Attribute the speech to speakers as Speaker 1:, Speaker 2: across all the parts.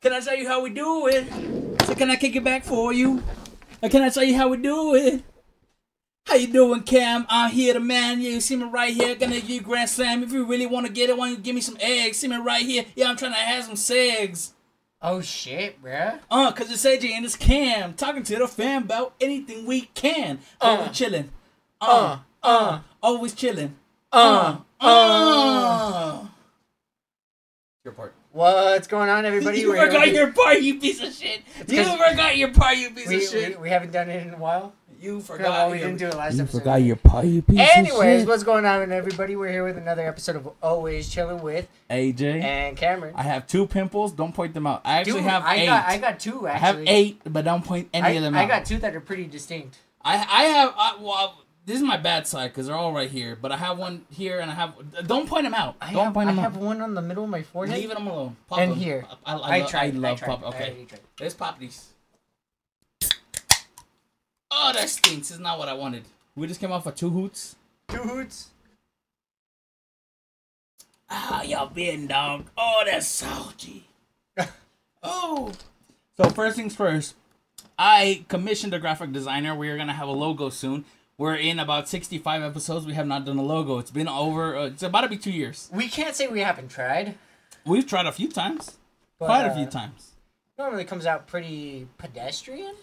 Speaker 1: Can I tell you how we do it? So can I kick it back for you? Or can I tell you how we do it? How you doing, Cam? I'm here, the man. Yeah, you see me right here. Gonna give you Grand Slam. If you really wanna get it, why don't you give me some eggs? See me right here. Yeah, I'm trying to have some segs.
Speaker 2: Oh shit, bruh.
Speaker 1: Uh, cause it's AJ and it's Cam talking to the fam about anything we can. Always
Speaker 2: Uh.
Speaker 1: chilling.
Speaker 2: Uh,
Speaker 1: Uh, uh, always chilling.
Speaker 2: Uh,
Speaker 1: Uh. Your part.
Speaker 2: What's going on, everybody?
Speaker 1: You
Speaker 2: We're-
Speaker 1: forgot your part, you piece of shit. You
Speaker 2: 'cause-
Speaker 1: forgot your part, you piece
Speaker 2: we,
Speaker 1: of
Speaker 2: we,
Speaker 1: shit.
Speaker 2: we haven't done it in a while.
Speaker 1: You
Speaker 2: Well,
Speaker 1: forgot.
Speaker 2: we
Speaker 1: your-
Speaker 2: didn't do it last
Speaker 1: you
Speaker 2: episode.
Speaker 1: forgot your part, you piece
Speaker 2: Anyways,
Speaker 1: of shit.
Speaker 2: what's going on, everybody? We're here with another episode of Always Chilling with
Speaker 1: AJ,
Speaker 2: and Cameron.
Speaker 1: I have two pimples. Don't point them out. I actually
Speaker 2: Dude,
Speaker 1: have
Speaker 2: I
Speaker 1: eight.
Speaker 2: got I got two
Speaker 1: I have
Speaker 2: actually.
Speaker 1: eight, but don't point any
Speaker 2: I,
Speaker 1: of them
Speaker 2: I
Speaker 1: out.
Speaker 2: got two that are pretty distinct.
Speaker 1: I I have I, well, this is my bad side because they're all right here, but I have one here and I have. Don't point them out.
Speaker 2: I
Speaker 1: don't
Speaker 2: have,
Speaker 1: point
Speaker 2: I
Speaker 1: them
Speaker 2: have
Speaker 1: out.
Speaker 2: one on the middle of my forehead.
Speaker 1: Leave them alone. Pop
Speaker 2: And
Speaker 1: them.
Speaker 2: here.
Speaker 1: I, I,
Speaker 2: I
Speaker 1: lo-
Speaker 2: tried.
Speaker 1: I love
Speaker 2: tried.
Speaker 1: pop.
Speaker 2: I
Speaker 1: Okay,
Speaker 2: already tried.
Speaker 1: let's pop these. Oh, that stinks. It's not what I wanted. We just came off of two hoots.
Speaker 2: Two hoots.
Speaker 1: How Ah, y'all been, dog? Oh, that's salty. oh. So first things first, I commissioned a graphic designer. We are gonna have a logo soon. We're in about sixty-five episodes. We have not done a logo. It's been over. Uh, it's about to be two years.
Speaker 2: We can't say we haven't tried.
Speaker 1: We've tried a few times,
Speaker 2: But,
Speaker 1: quite a
Speaker 2: uh,
Speaker 1: few times.
Speaker 2: Normally comes out pretty pedestrian.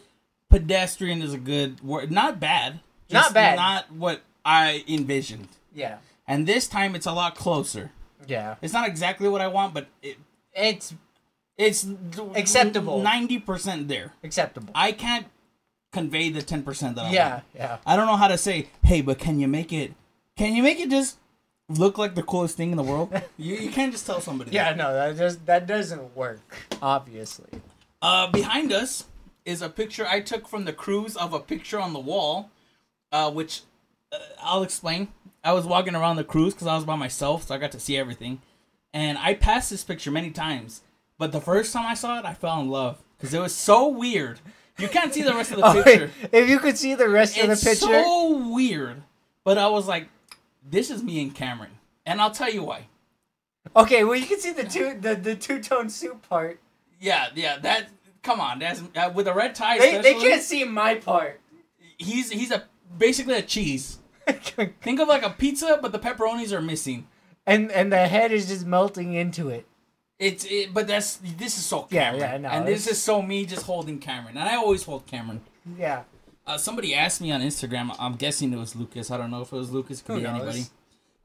Speaker 1: Pedestrian is a good word. Not bad.
Speaker 2: Not bad.
Speaker 1: Not what I envisioned.
Speaker 2: Yeah.
Speaker 1: And this time it's a lot closer.
Speaker 2: Yeah.
Speaker 1: It's not exactly what I want, but it,
Speaker 2: It's
Speaker 1: it's
Speaker 2: Acceptable.
Speaker 1: Ninety percent there.
Speaker 2: acceptable.
Speaker 1: I can't convey the ten percent that I
Speaker 2: yeah.
Speaker 1: want.
Speaker 2: Yeah.
Speaker 1: I don't know how to say, hey, but can you make it? Can you make it just look like the coolest thing in the world? you, you can't just tell somebody. that.
Speaker 2: Yeah, no, that just that doesn't work, obviously.
Speaker 1: Uh, behind us is a picture I took from the cruise of a picture on the wall, uh, which uh, I'll explain. I was walking around the cruise because I was by myself, so I got to see everything. And I passed this picture many times, but the first time I saw it, I fell in love because it was so weird. You can't see the rest of the picture.
Speaker 2: if Oh, you could see the rest of the
Speaker 1: Oh, it's
Speaker 2: picture,
Speaker 1: so weird. But I was like, this is me and Cameron. And I'll tell you why.
Speaker 2: okay. Well, you can see the two the, the two tone suit part.
Speaker 1: Yeah, yeah, that come on, that's uh, with a red tie
Speaker 2: They they
Speaker 1: especially,
Speaker 2: can't see my part.
Speaker 1: he's he's a basically a cheese.
Speaker 2: and
Speaker 1: Think of like a pizza but the pepperonis are missing.
Speaker 2: and the head is just melting into it.
Speaker 1: It's it, but that's this is so
Speaker 2: Yeah,
Speaker 1: Cameron.
Speaker 2: yeah, no,
Speaker 1: and this
Speaker 2: it's-
Speaker 1: is so me just holding Cameron. And I always hold Cameron.
Speaker 2: Yeah.
Speaker 1: Uh, somebody asked me on Instagram. I'm guessing it was Lucas. I don't know if it was Lucas. It could
Speaker 2: Who
Speaker 1: be
Speaker 2: knows?
Speaker 1: anybody.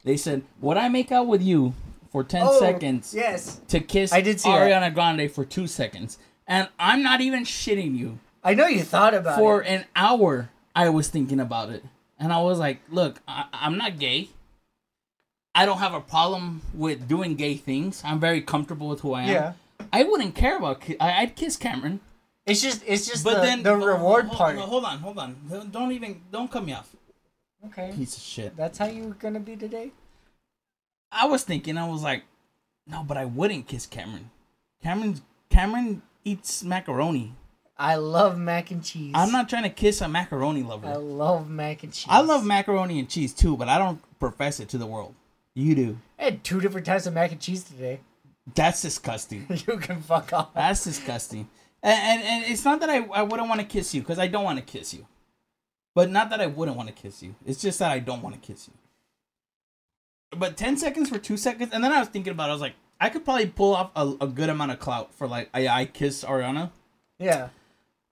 Speaker 1: They said, "Would I make out with you for 10
Speaker 2: Oh,
Speaker 1: seconds
Speaker 2: Yes.
Speaker 1: to kiss
Speaker 2: I did see that.
Speaker 1: Ariana Grande for two seconds. And I'm not even shitting you.
Speaker 2: I know you thought about
Speaker 1: For
Speaker 2: it.
Speaker 1: an hour, I was thinking about it. And I was like, look, I- I'm not gay. I don't have a problem with doing gay things. I'm very comfortable with who I am.
Speaker 2: Yeah.
Speaker 1: I wouldn't care about. Ki- I- I'd kiss Cameron,
Speaker 2: It's just it's just
Speaker 1: but
Speaker 2: the,
Speaker 1: then
Speaker 2: the
Speaker 1: oh,
Speaker 2: reward
Speaker 1: hold,
Speaker 2: part.
Speaker 1: no, hold on, hold on. Don't- Don't even. Don't cut me off.
Speaker 2: Okay.
Speaker 1: Piece of shit.
Speaker 2: That's how you're gonna be today.
Speaker 1: I was thinking, I was like, no, but I wouldn't kiss Cameron. Cameron, Cameron eats macaroni.
Speaker 2: I love mac and cheese.
Speaker 1: I'm not trying to kiss a macaroni
Speaker 2: I
Speaker 1: lover.
Speaker 2: love mac and cheese.
Speaker 1: I love macaroni and cheese too, but I don't profess it to the world. You do.
Speaker 2: I had two different types of mac and cheese today.
Speaker 1: That's disgusting.
Speaker 2: you can fuck off.
Speaker 1: That's disgusting. And, and, and it's not that I, I wouldn't want to kiss you because I don't want to kiss you. But not that I wouldn't want to kiss you. It's just that I don't want to kiss you. But 10 seconds for two seconds. And then I was thinking about it. I was like, I could probably pull off a, a good amount of clout for like, I, I kissed Ariana.
Speaker 2: Yeah.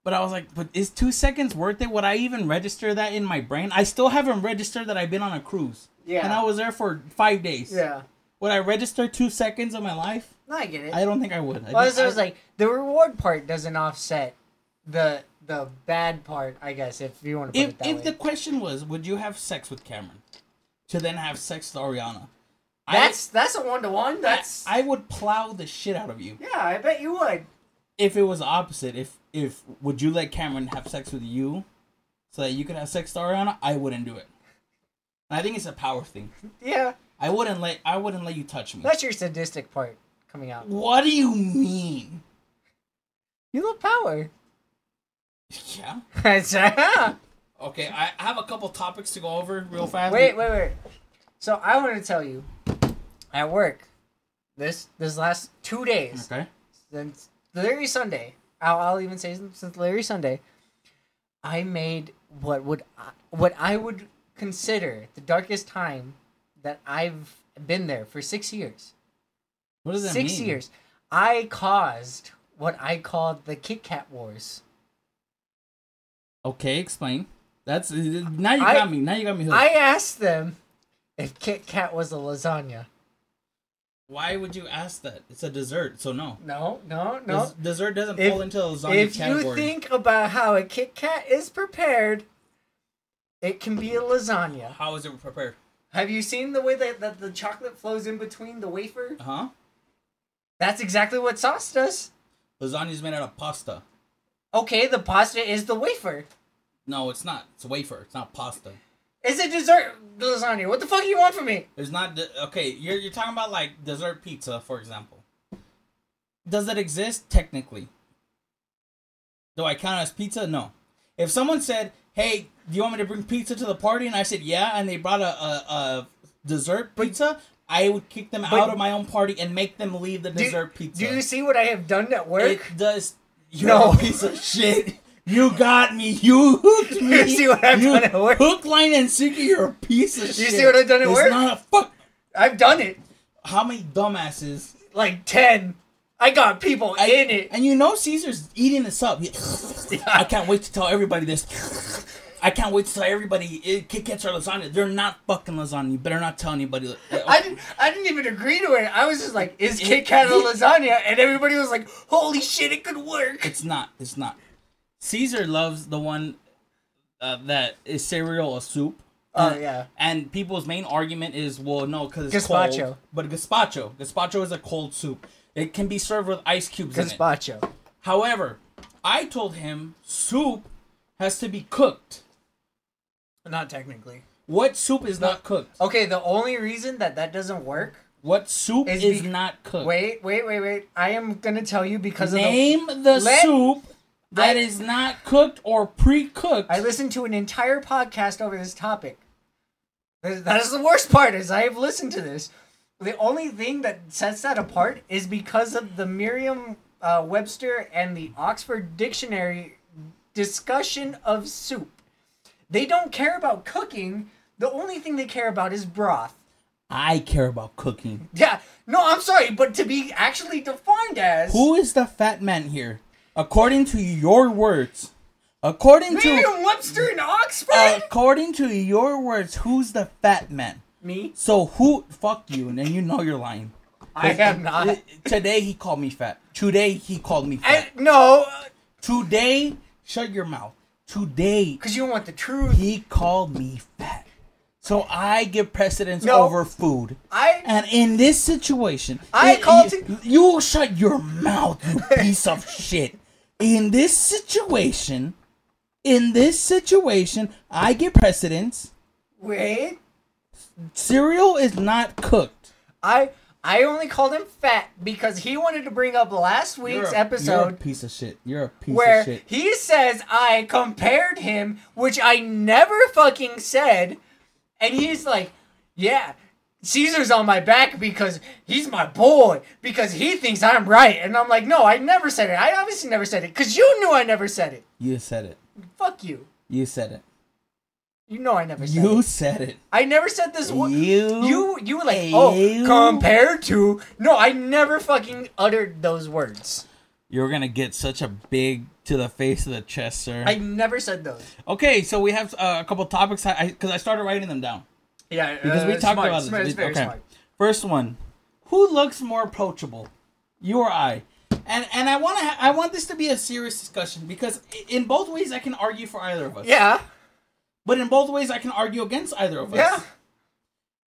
Speaker 1: But I was like, but is two seconds worth it? Would I even register that in my brain? I still haven't registered that I've been on a cruise.
Speaker 2: Yeah.
Speaker 1: And I was there for five days.
Speaker 2: Yeah.
Speaker 1: Would I register two seconds of my life?
Speaker 2: No, I get it.
Speaker 1: I don't think I would. I
Speaker 2: well,
Speaker 1: think
Speaker 2: so I was
Speaker 1: I-
Speaker 2: like, the reward part doesn't offset the the bad part, I guess, if you want to put
Speaker 1: if
Speaker 2: it that
Speaker 1: if
Speaker 2: way.
Speaker 1: the question was, would you have sex with Cameron, to then have sex with Ariana?
Speaker 2: that's that's a one to one.
Speaker 1: I,
Speaker 2: That's
Speaker 1: I would plow the shit out of you.
Speaker 2: yeah, I bet you would.
Speaker 1: If it was the opposite, if if would you let Cameron have sex with you, so that you could have sex with Ariana? I wouldn't do it. And I think it's a power thing.
Speaker 2: Yeah,
Speaker 1: I wouldn't let I wouldn't let you touch me.
Speaker 2: that's your sadistic part coming out.
Speaker 1: What do you mean?
Speaker 2: You love power.
Speaker 1: Yeah.
Speaker 2: wait,
Speaker 1: Okay, I I have a couple topics to go over real fast.
Speaker 2: wait, wait. So I want to tell you, at work, this this last two days
Speaker 1: Okay.
Speaker 2: since Larry Sunday, I'll, I'll even say since Larry Sunday, I made what would I, what I would consider the darkest time that I've been there for six years.
Speaker 1: What does that mean?
Speaker 2: six years. I caused what I called the Kit Kat Wars.
Speaker 1: Okay, explain. That's now you
Speaker 2: I-
Speaker 1: got me. Now you got me. Hooked.
Speaker 2: I asked them if Kit Kat was a lasagna.
Speaker 1: Why would you ask that? It's a dessert, so no.
Speaker 2: No, no, no.
Speaker 1: Des- dessert doesn't
Speaker 2: If-
Speaker 1: fall into the lasagna
Speaker 2: if you
Speaker 1: category.
Speaker 2: think about how a Kit Kat is prepared, it can be a lasagna.
Speaker 1: How is it prepared?
Speaker 2: Have you seen the way that, that the chocolate flows in between the wafer?
Speaker 1: Huh?
Speaker 2: That's exactly what sauce does.
Speaker 1: Lasagna is made out of pasta.
Speaker 2: Okay, the pasta is the wafer.
Speaker 1: No, it's not. It's wafer. It's not pasta.
Speaker 2: It's a dessert lasagna. What the fuck do you want from me?
Speaker 1: It's not. De- okay, you're you're talking about like dessert pizza, for example. Does it exist technically? Do I count it as pizza? No. If someone said, "Hey, do you want me to bring pizza to the party?" and I said, "Yeah," and they brought a a, a dessert pizza, I would kick them out of my own party and make them leave the
Speaker 2: Do-
Speaker 1: dessert pizza.
Speaker 2: Do you see what I have done at work?
Speaker 1: It does. You're
Speaker 2: No.
Speaker 1: a piece of shit. You got me. You hooked me.
Speaker 2: You see what I've
Speaker 1: You-
Speaker 2: done at work?
Speaker 1: Hook, line, and sinker. You're a piece of shit.
Speaker 2: You see what I've done at
Speaker 1: it's
Speaker 2: work?
Speaker 1: Not a fuck.
Speaker 2: I've done it.
Speaker 1: How many dumbasses?
Speaker 2: Like 10. I got people
Speaker 1: I-
Speaker 2: in it.
Speaker 1: And you know Caesar's eating this up. He- I can't wait to tell everybody this. I can't wait to tell everybody it, Kit Kats are lasagna. They're not fucking lasagna. You better not tell anybody. Eh,
Speaker 2: I didn't, I didn't even agree to it. I was just like, is Kit Kat a lasagna? And everybody was like, holy shit, it could work.
Speaker 1: It's not. It's not. Caesar loves the one uh, that is cereal or soup.
Speaker 2: Oh, yeah.
Speaker 1: And people's main argument is, well, no, because it's
Speaker 2: Gazpacho.
Speaker 1: cold. But gazpacho, gazpacho is a cold soup. It can be served with ice cubes in it.
Speaker 2: Gazpacho.
Speaker 1: However, I told him soup has to be cooked.
Speaker 2: Not technically.
Speaker 1: What soup is not cooked?
Speaker 2: Okay, the only reason that that doesn't work.
Speaker 1: What soup
Speaker 2: Is
Speaker 1: is,
Speaker 2: bec-
Speaker 1: not cooked?
Speaker 2: Wait, wait, wait, wait. I am gonna tell you because of
Speaker 1: Name the
Speaker 2: Let-
Speaker 1: soup that
Speaker 2: I-
Speaker 1: is not cooked or pre-cooked.
Speaker 2: the. I listened to an entire podcast over this topic. That that is the worst part. Is I have listened to this. The only thing that sets that apart is because of the Merriam-Webster and the Oxford Dictionary discussion of soup. They don't care about cooking. The only thing they care about is broth.
Speaker 1: I care about cooking.
Speaker 2: Yeah. No, I'm sorry, but to be actually defined as
Speaker 1: Who is the fat man here? According to your words, according to
Speaker 2: Merriam Webster and
Speaker 1: Uh,
Speaker 2: Oxford?
Speaker 1: according to your words, who's the fat man?
Speaker 2: Me?
Speaker 1: So who? Fuck you, and then you know you're lying.
Speaker 2: I am not.
Speaker 1: Today he called me fat. Today he called me
Speaker 2: I,
Speaker 1: fat.
Speaker 2: no,
Speaker 1: Today, shut your mouth. Today
Speaker 2: because you don't want the truth.
Speaker 1: he called me fat. So I give precedence
Speaker 2: No.
Speaker 1: over food.
Speaker 2: I
Speaker 1: And in this situation,
Speaker 2: I
Speaker 1: it-
Speaker 2: called
Speaker 1: you,
Speaker 2: it-
Speaker 1: you shut your mouth, you piece of shit. In this situation, in this situation, I get precedence.
Speaker 2: wait.
Speaker 1: Cereal is not cooked.
Speaker 2: I I only called him fat because he wanted to bring up last week's
Speaker 1: You're a
Speaker 2: episode
Speaker 1: piece of shit. You're a piece of
Speaker 2: where
Speaker 1: shit.
Speaker 2: he says I compared him, which I never fucking said, and he's like, yeah. Caesar's on my back because he's my boy because he thinks I'm right and I'm like no I never said it I obviously never said it cuz you knew I never said it
Speaker 1: You said it.
Speaker 2: fuck you
Speaker 1: You said it.
Speaker 2: you know I never said it
Speaker 1: You said it.
Speaker 2: I never said this word.
Speaker 1: You-
Speaker 2: you, you were like, oh,
Speaker 1: you-
Speaker 2: compared to. No, I never fucking uttered those words.
Speaker 1: You're gonna get such a big to the face of the chest, sir.
Speaker 2: I never said those.
Speaker 1: okay, so we have uh, a couple topics because I, 'cause I started writing them down.
Speaker 2: Yeah,
Speaker 1: Because we talked about this. We- okay. First one, who looks more approachable, you or I? And and I want to ha- I want this to be a serious discussion because i- in both ways I can argue for either of us.
Speaker 2: Yeah,
Speaker 1: But in both ways I can argue against either of us.
Speaker 2: yeah.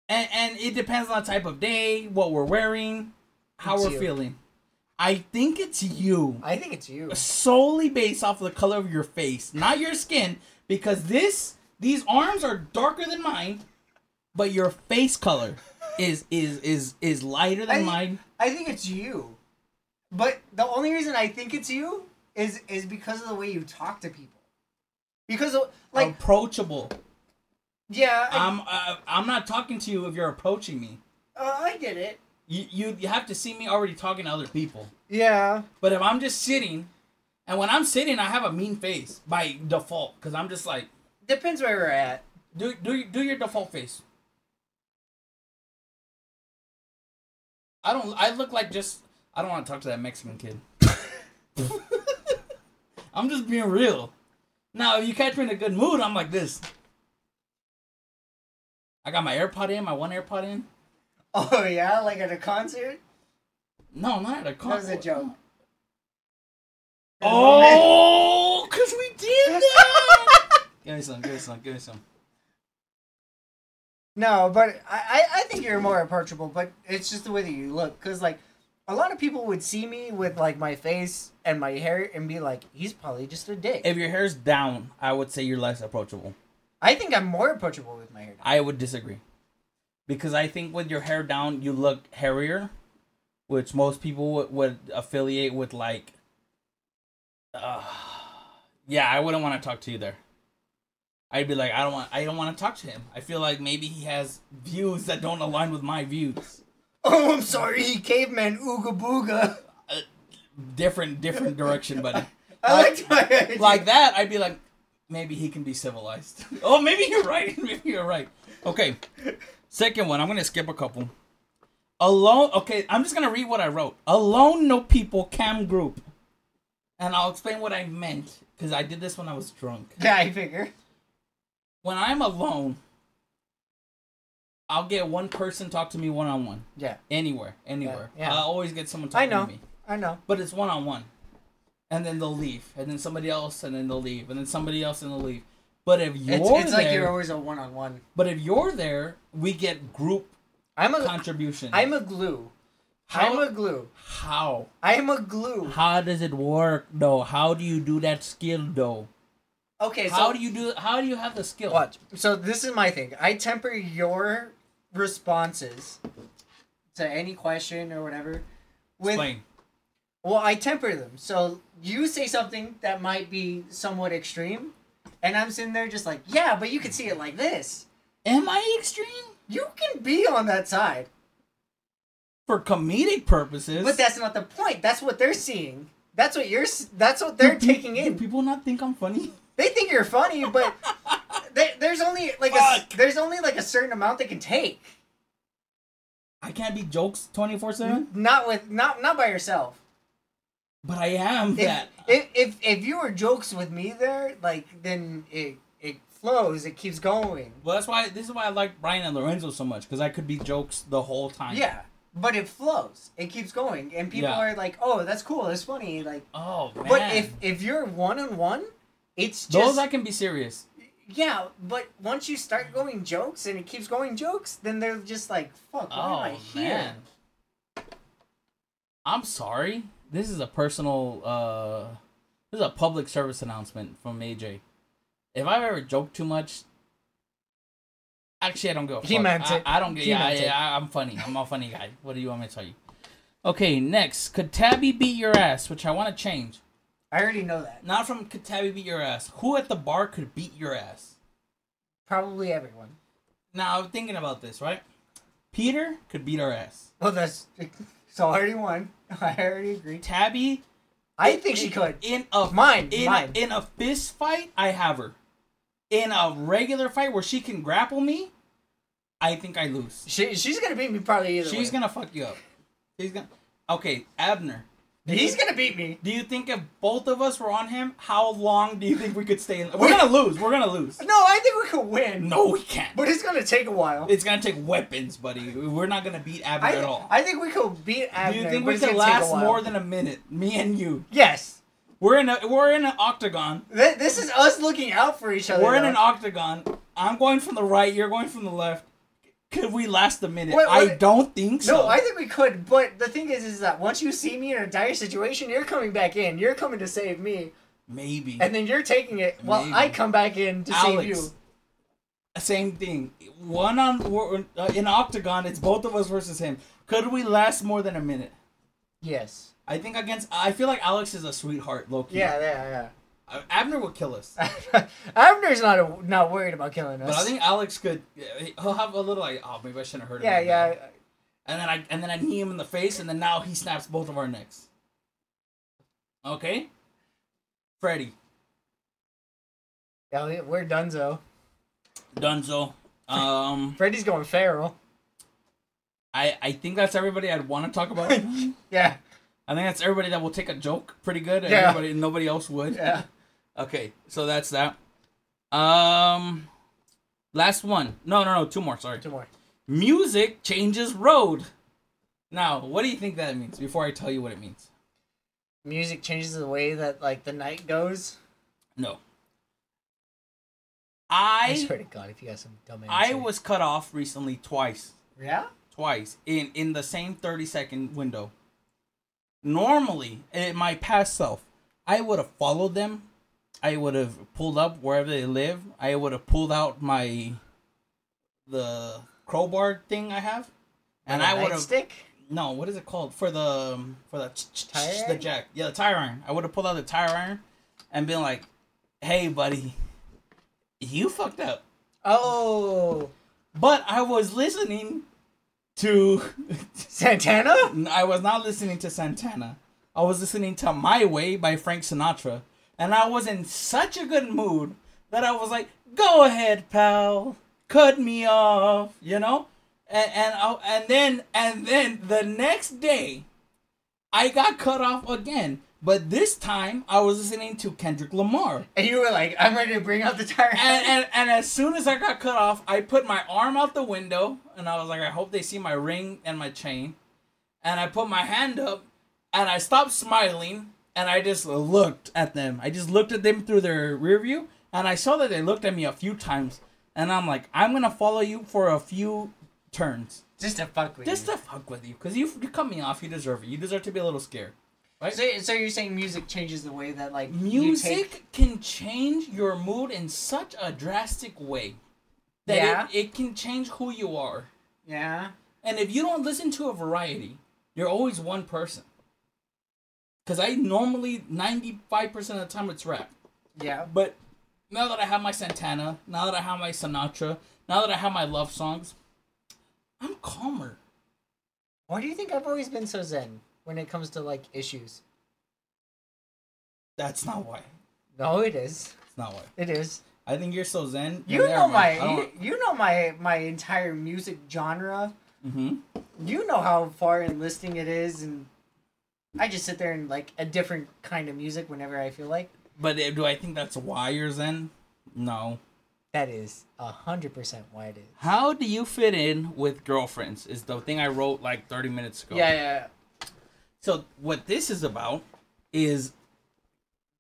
Speaker 1: And and it depends on the type of day, what we're wearing, how
Speaker 2: It's
Speaker 1: we're
Speaker 2: you.
Speaker 1: feeling. I think it's you
Speaker 2: I think it's you.
Speaker 1: solely based off of the color of your face, not your skin, because this these arms are darker than mine, but your face color is is is is lighter than
Speaker 2: I-
Speaker 1: mine.
Speaker 2: I think it's you. But the only reason I think it's you is is because of the way you talk to people. Because of- like
Speaker 1: Oh. approachable.
Speaker 2: yeah, I,
Speaker 1: Um, I'm uh, I'm not talking to you if you're approaching me.
Speaker 2: uh, I get it.
Speaker 1: You, you you have to see me already talking to other people.
Speaker 2: Yeah.
Speaker 1: But if I'm just sitting, and when I'm sitting, I have a mean face by default because I'm just like,
Speaker 2: Depends where we're at.
Speaker 1: do do do your default face. I don't. I look like just. I don't want to talk to that Mexican kid. I'm just being real. Now, if you catch me in a good mood, I'm like this. I got my AirPod in, my one AirPod in.
Speaker 2: Oh yeah, like at a concert.
Speaker 1: No, not at a
Speaker 2: That was
Speaker 1: concert.
Speaker 2: a joke.
Speaker 1: Oh, cause we did that. give me some. Give me some. Give me some.
Speaker 2: No, but I, I I think you're more approachable, but it's just the way that you look. Because, like, a lot of people would see me with, like, my face and my hair and be like, he's probably just a dick.
Speaker 1: If your hair's down, I would say you're less approachable.
Speaker 2: I think I'm more approachable with my hair.
Speaker 1: I would disagree. Because I think with your hair down, you look hairier, which most people would, would affiliate with like. Uh, yeah, I wouldn't want to talk to you there. I'd be like, I don't want, I don't want to talk to him. I feel like maybe he has views that don't align with my views.
Speaker 2: Oh, I'm sorry, caveman, ooga booga.
Speaker 1: Different, different direction, buddy.
Speaker 2: I liked my idea.
Speaker 1: Uh, like that, I'd be like, maybe he can be civilized. oh, maybe you're right. maybe you're right. Okay. Second one. I'm gonna skip a couple. Alone. Okay, I'm just gonna read what I wrote. Alone, no people, cam group, and I'll explain what I meant because I did this when I was drunk.
Speaker 2: Yeah, I figure.
Speaker 1: When I'm alone, I'll get one person talk to me one on one,
Speaker 2: Yeah,
Speaker 1: anywhere, anywhere.
Speaker 2: yeah.
Speaker 1: I always get someone
Speaker 2: I
Speaker 1: talking
Speaker 2: know.
Speaker 1: to me
Speaker 2: I know.
Speaker 1: but it's one on one. And then they'll leave, and then somebody else, and then they'll leave, and then somebody else, and they'll leave. But if you're
Speaker 2: It's, it's
Speaker 1: there,
Speaker 2: like you're always a one on one.
Speaker 1: but if you're there, we get group
Speaker 2: I'm a,
Speaker 1: contribution.
Speaker 2: I'm a glue.
Speaker 1: How-
Speaker 2: I'm a glue.
Speaker 1: how
Speaker 2: I'm a glue.
Speaker 1: how does it work though? How do you do that skill though?
Speaker 2: Okay, so
Speaker 1: How do you do? How do you have the skill?
Speaker 2: Watch. So this is my thing. I temper your responses to any question or whatever. With
Speaker 1: Explain.
Speaker 2: well, I temper them. So you say something that might be somewhat extreme, and I'm sitting there just like, yeah, but you can see it like this.
Speaker 1: Am I extreme
Speaker 2: You can be on that side,
Speaker 1: for comedic purposes?
Speaker 2: but that's not the point. That's what they're seeing. That's what you're. s- That's what they're
Speaker 1: Do
Speaker 2: taking
Speaker 1: pe- Do
Speaker 2: in.
Speaker 1: people not think I'm funny?
Speaker 2: They think you're funny, but they, there's only like a, s-
Speaker 1: Fuck.
Speaker 2: there's only like a certain amount they can take.
Speaker 1: I can't be jokes twenty four seven,
Speaker 2: Not with not not by yourself.
Speaker 1: but I am
Speaker 2: if,
Speaker 1: that.
Speaker 2: if if if you were jokes with me there, like then it it flows, it keeps going.
Speaker 1: Well, that's why this is why I like Brian and Lorenzo so much because I could be jokes the whole time.
Speaker 2: Yeah, but it flows, it keeps going, and people
Speaker 1: Yeah.
Speaker 2: are like, "Oh, that's cool, that's funny." Like,
Speaker 1: Oh man.
Speaker 2: but if if you're one on one, it's
Speaker 1: those
Speaker 2: just
Speaker 1: I can be serious.
Speaker 2: yeah. But once you start going jokes and it keeps going jokes, then they're just like, "Fuck, why
Speaker 1: Oh
Speaker 2: am I here?"
Speaker 1: man. I'm sorry. This is a personal. uh This is a public service announcement from AJ. If I've ever joked too much. Actually, I don't go.
Speaker 2: He meant
Speaker 1: I,
Speaker 2: it.
Speaker 1: I don't get.
Speaker 2: He
Speaker 1: Yeah,
Speaker 2: meant
Speaker 1: yeah, I, I'm funny. I'm a funny guy. What do you want me to tell you? Okay, next. Could Tabby beat your ass? Which I want to change.
Speaker 2: I already know that.
Speaker 1: Not from could Tabby beat your ass. Who at the bar could beat your ass?
Speaker 2: Probably everyone.
Speaker 1: Now I'm thinking about this, right? Peter could beat our ass.
Speaker 2: Well, that's so I already won. I already agree.
Speaker 1: Tabby,
Speaker 2: I think she could.
Speaker 1: in a
Speaker 2: Mine,
Speaker 1: in
Speaker 2: mine.
Speaker 1: A, in a fist fight, I have her. In a regular fight where she can grapple me, I think I lose.
Speaker 2: She, she's gonna beat me probably either.
Speaker 1: She's
Speaker 2: way.
Speaker 1: gonna fuck you up. She's gonna. Okay, Abner.
Speaker 2: He's gonna beat me.
Speaker 1: Do you think if both of us were on him, how long do you think we could stay in? We're gonna lose. We're gonna lose.
Speaker 2: No, I think we could win.
Speaker 1: No, we can't.
Speaker 2: But it's gonna take a while.
Speaker 1: It's gonna take weapons, buddy. We're not gonna beat Abner
Speaker 2: I,
Speaker 1: at all.
Speaker 2: I think we could beat Abner.
Speaker 1: Do you think
Speaker 2: but
Speaker 1: we
Speaker 2: it's
Speaker 1: could
Speaker 2: gonna take a
Speaker 1: last
Speaker 2: while.
Speaker 1: more than a minute? Me and you.
Speaker 2: Yes.
Speaker 1: We're in a we're in an octagon.
Speaker 2: Th- this is us looking out for each other.
Speaker 1: We're in
Speaker 2: though.
Speaker 1: an octagon. I'm going from the right. You're going from the left. Could we last a minute?
Speaker 2: Wait, wait.
Speaker 1: I don't think so.
Speaker 2: No, I think we could. But the thing is, is that once you see me in a dire situation, you're coming back in. You're coming to save me,
Speaker 1: maybe.
Speaker 2: and then you're taking it while
Speaker 1: Maybe.
Speaker 2: I come back in to
Speaker 1: Alex,
Speaker 2: save you.
Speaker 1: same thing. One on we're, uh, in octagon. It's both of us versus him. Could we last more than a minute?
Speaker 2: Yes.
Speaker 1: I think against. I feel like Alex is a sweetheart, Loki.
Speaker 2: Yeah. Yeah.
Speaker 1: Abner would kill us.
Speaker 2: Yeah. Abner's not a, not worried about killing us.
Speaker 1: uh, But I think Alex could. He'll have a little like, oh, maybe I shouldn't have heard.
Speaker 2: yeah.
Speaker 1: him
Speaker 2: Yeah.
Speaker 1: and then I and then I knee him in the face, and then now he snaps both of our necks. Okay, Freddy
Speaker 2: Elliot, we're Dunzo.
Speaker 1: Dunzo. Um,
Speaker 2: Freddy's going feral.
Speaker 1: I I think that's everybody I'd want to talk about. I think
Speaker 2: Yeah,
Speaker 1: that's everybody that will take a joke pretty good. And
Speaker 2: Yeah.
Speaker 1: everybody, nobody else would.
Speaker 2: yeah.
Speaker 1: Okay, so that's that. Um, last one. No, no, no. Two more. Sorry.
Speaker 2: Two more.
Speaker 1: Music changes road. Now, what do you think that means? Before I tell you what it means.
Speaker 2: Music changes the way that like the night goes.
Speaker 1: No.
Speaker 2: I
Speaker 1: I
Speaker 2: swear to God, if you got some dumb answer.
Speaker 1: I was cut off recently twice.
Speaker 2: Yeah.
Speaker 1: Twice in in the same 30 second window. Normally, in my past self, I would have followed them. I would have pulled up wherever they live. I would have pulled out my the crowbar thing I have. And I would have
Speaker 2: stick.
Speaker 1: no, what is it called for the um, for the
Speaker 2: Tire
Speaker 1: the
Speaker 2: iron?
Speaker 1: jack? Yeah, the tire iron. I would have pulled out the tire iron and been like, "Hey, buddy, you fucked up."
Speaker 2: Oh,
Speaker 1: But I was listening to,
Speaker 2: Santana.
Speaker 1: I was not listening to Santana. I was listening to "My Way" by Frank Sinatra, and I was in such a good mood that I was like, "Go ahead, pal, cut me off," you know. And and I- and then and then the next day. I got cut off again, but this time I was listening to Kendrick Lamar.
Speaker 2: And you were like, I'm ready to bring out the tire.
Speaker 1: And, and and as soon as I got cut off, I put my arm out the window and I was like, I hope they see my ring and my chain. And I put my hand up and I stopped smiling and I just looked at them. I just looked at them through their rear view and I saw that they looked at me a few times. And I'm like, I'm gonna follow you for a few turns
Speaker 2: just to fuck with
Speaker 1: just
Speaker 2: you.
Speaker 1: to fuck with you because you, you cut me off. You deserve it. You deserve to be a little scared.
Speaker 2: so, so you're saying music changes the way that like you take-
Speaker 1: music can change your mood in such a drastic way that
Speaker 2: Yeah.
Speaker 1: it, it can change who you are.
Speaker 2: yeah.
Speaker 1: And if you don't listen to a variety, you're always one person. Because I normally, 95% of the time, it's rap.
Speaker 2: Yeah.
Speaker 1: But now that I have my Santana, now that I have my Sinatra, now that I have my love songs, I'm calmer.
Speaker 2: Why do you think I've always been so zen when it comes to like issues?
Speaker 1: That's not why.
Speaker 2: No, it is.
Speaker 1: It's not why.
Speaker 2: It is.
Speaker 1: I think you're so zen.
Speaker 2: You know my you, you know my my entire music genre.
Speaker 1: hmm
Speaker 2: You know how far in listing it is and I just sit there and like a different kind of music whenever I feel like.
Speaker 1: But uh, do I think that's why you're zen? No.
Speaker 2: That is a hundred percent why it is.
Speaker 1: How do you fit in with girlfriends? Is the thing I wrote like 30 minutes ago.
Speaker 2: Yeah, yeah,
Speaker 1: So what this is about is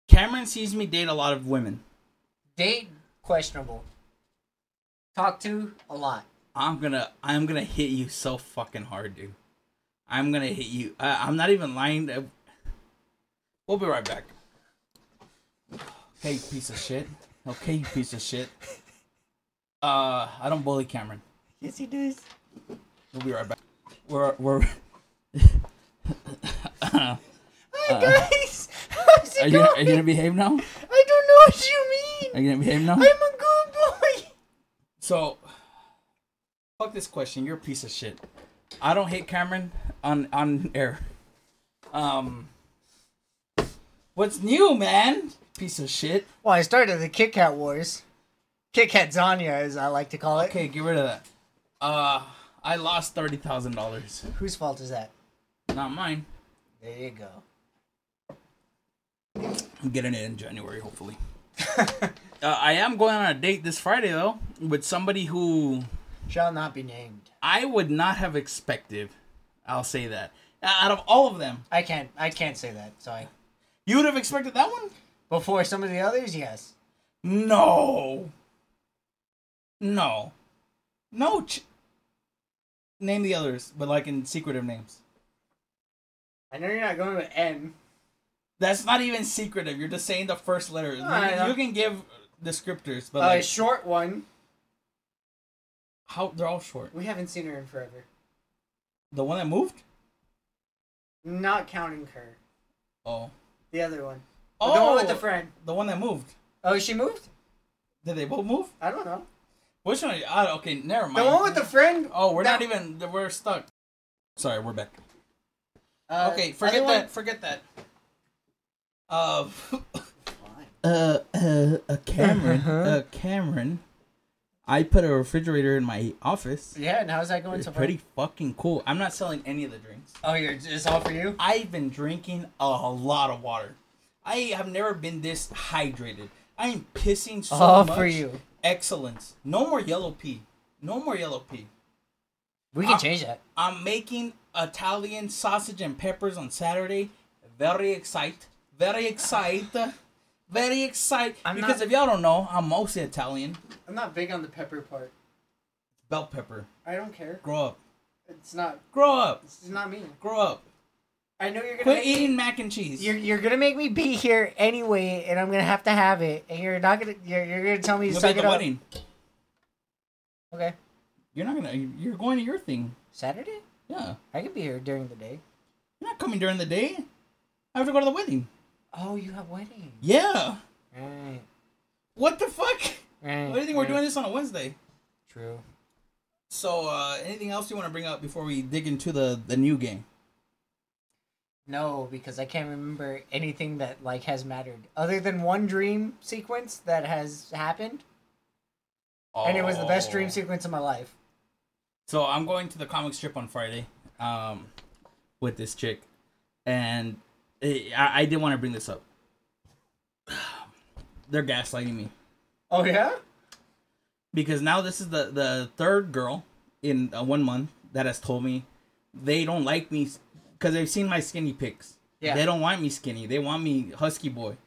Speaker 1: Cameron sees me date a lot of women.
Speaker 2: Date questionable. Talk to a lot.
Speaker 1: I'm gonna I'm gonna hit you so fucking hard, dude. I'm gonna hit you. Uh, I'm not even lying. Uh, We'll be right back. Okay, you piece of shit. Okay, you piece of shit. Uh, I don't bully Cameron.
Speaker 2: Yes, he does.
Speaker 1: We'll be right back. We're we're.
Speaker 2: Hi guys, how's it
Speaker 1: Uh-huh. Are you,
Speaker 2: going?
Speaker 1: are you gonna behave now?
Speaker 2: I don't know what you mean.
Speaker 1: Are you gonna behave now?
Speaker 2: I'm a good boy.
Speaker 1: So, fuck this question. You're a piece of shit. I don't hate Cameron on on air. Um, what's new, man? Piece of shit.
Speaker 2: Well, I started the Kit Kat Wars. Kit Kat Zanya, as I like to call it.
Speaker 1: Okay, get rid of that. Uh, I lost thirty thousand dollars.
Speaker 2: Whose fault is that?
Speaker 1: Not mine.
Speaker 2: There you go.
Speaker 1: I'm getting it in January, hopefully. uh, I am going on a date this Friday though with somebody who
Speaker 2: Shall not be named.
Speaker 1: I would not have expected. I'll say that. Out of all of them,
Speaker 2: I can't. I can't say that. Sorry.
Speaker 1: you would have expected that one.
Speaker 2: Before some of the others, yes.
Speaker 1: No. No. No. Ch- Name the others, but like in secretive names.
Speaker 2: I know you're not going with N.
Speaker 1: That's not even secretive. You're just saying the first letter. You,
Speaker 2: I know. Oh,
Speaker 1: you can give descriptors, but
Speaker 2: A
Speaker 1: like,
Speaker 2: short one.
Speaker 1: how they're all short.
Speaker 2: We haven't seen her in forever.
Speaker 1: The one that moved.
Speaker 2: Not counting her.
Speaker 1: Oh.
Speaker 2: The other one.
Speaker 1: Oh.
Speaker 2: The one with the friend.
Speaker 1: The one that moved.
Speaker 2: Oh, she moved?
Speaker 1: Did they both move?
Speaker 2: I don't know.
Speaker 1: Which one? Are you, ah, okay, never
Speaker 2: The
Speaker 1: mind.
Speaker 2: one with the friend.
Speaker 1: Oh, we're
Speaker 2: that-
Speaker 1: not even. We're stuck. Sorry, we're back.
Speaker 2: Uh,
Speaker 1: okay,
Speaker 2: other
Speaker 1: forget
Speaker 2: one-
Speaker 1: that. Forget that. Uh,
Speaker 3: Fine.
Speaker 1: uh, uh, uh, Cameron,
Speaker 2: Uh-huh.
Speaker 1: uh, Cameron. I put a refrigerator in my office.
Speaker 2: Yeah, and how's that going
Speaker 1: It's
Speaker 2: so far?
Speaker 1: pretty fucking cool. I'm not selling any of the drinks.
Speaker 2: Oh, you're, it's all for you.
Speaker 1: I've been drinking a lot of water. I have never been this hydrated. I am pissing so
Speaker 2: All
Speaker 1: much.
Speaker 2: for you.
Speaker 1: Excellence. No more yellow pee. No more yellow pee.
Speaker 2: We can
Speaker 1: Uh,
Speaker 2: change that.
Speaker 1: I'm making Italian sausage and peppers on Saturday. Very excited. Very excited. Very excited.
Speaker 2: I'm
Speaker 1: because
Speaker 2: not-
Speaker 1: if y'all don't know, I'm mostly Italian.
Speaker 2: I'm not big on the pepper part.
Speaker 1: Bell pepper.
Speaker 2: I don't care.
Speaker 1: Grow up.
Speaker 2: It's not.
Speaker 1: Grow up.
Speaker 2: It's not me.
Speaker 1: Grow up.
Speaker 2: I know you're gonna.
Speaker 1: Quit
Speaker 2: make
Speaker 1: eating
Speaker 2: Me,
Speaker 1: mac and cheese.
Speaker 2: you're you're gonna make me be here anyway, and I'm gonna have to have it, and you're not gonna. You're, you're gonna tell me to
Speaker 1: You'll be
Speaker 2: suck
Speaker 1: at
Speaker 2: it
Speaker 1: the
Speaker 2: up.
Speaker 1: wedding.
Speaker 2: Okay.
Speaker 1: You're not gonna. You're going to your thing.
Speaker 2: Saturday.
Speaker 1: Yeah.
Speaker 2: I could be here during the day.
Speaker 1: You're not coming during the day. I have to go to the wedding.
Speaker 2: Oh, you have wedding.
Speaker 1: Yeah.
Speaker 2: Right.
Speaker 1: What the fuck?
Speaker 2: Right.
Speaker 1: What do you think we're doing this on a Wednesday?
Speaker 2: True.
Speaker 1: So, uh, anything else you want to bring up before we dig into the the new game?
Speaker 2: No, because I can't remember anything that like has mattered other than one dream sequence that has happened, and it was the best dream
Speaker 1: Oh.
Speaker 2: sequence of my life.
Speaker 1: So I'm going to the comic strip on Friday, um, with this chick, and it, I, I didn't want to bring this up. They're gaslighting me
Speaker 2: Oh yeah.
Speaker 1: because now this is the the third girl in uh, one month that has told me they don't like me because they've seen my skinny pics.
Speaker 2: Yeah.
Speaker 1: They don't want me skinny. They want me husky boy.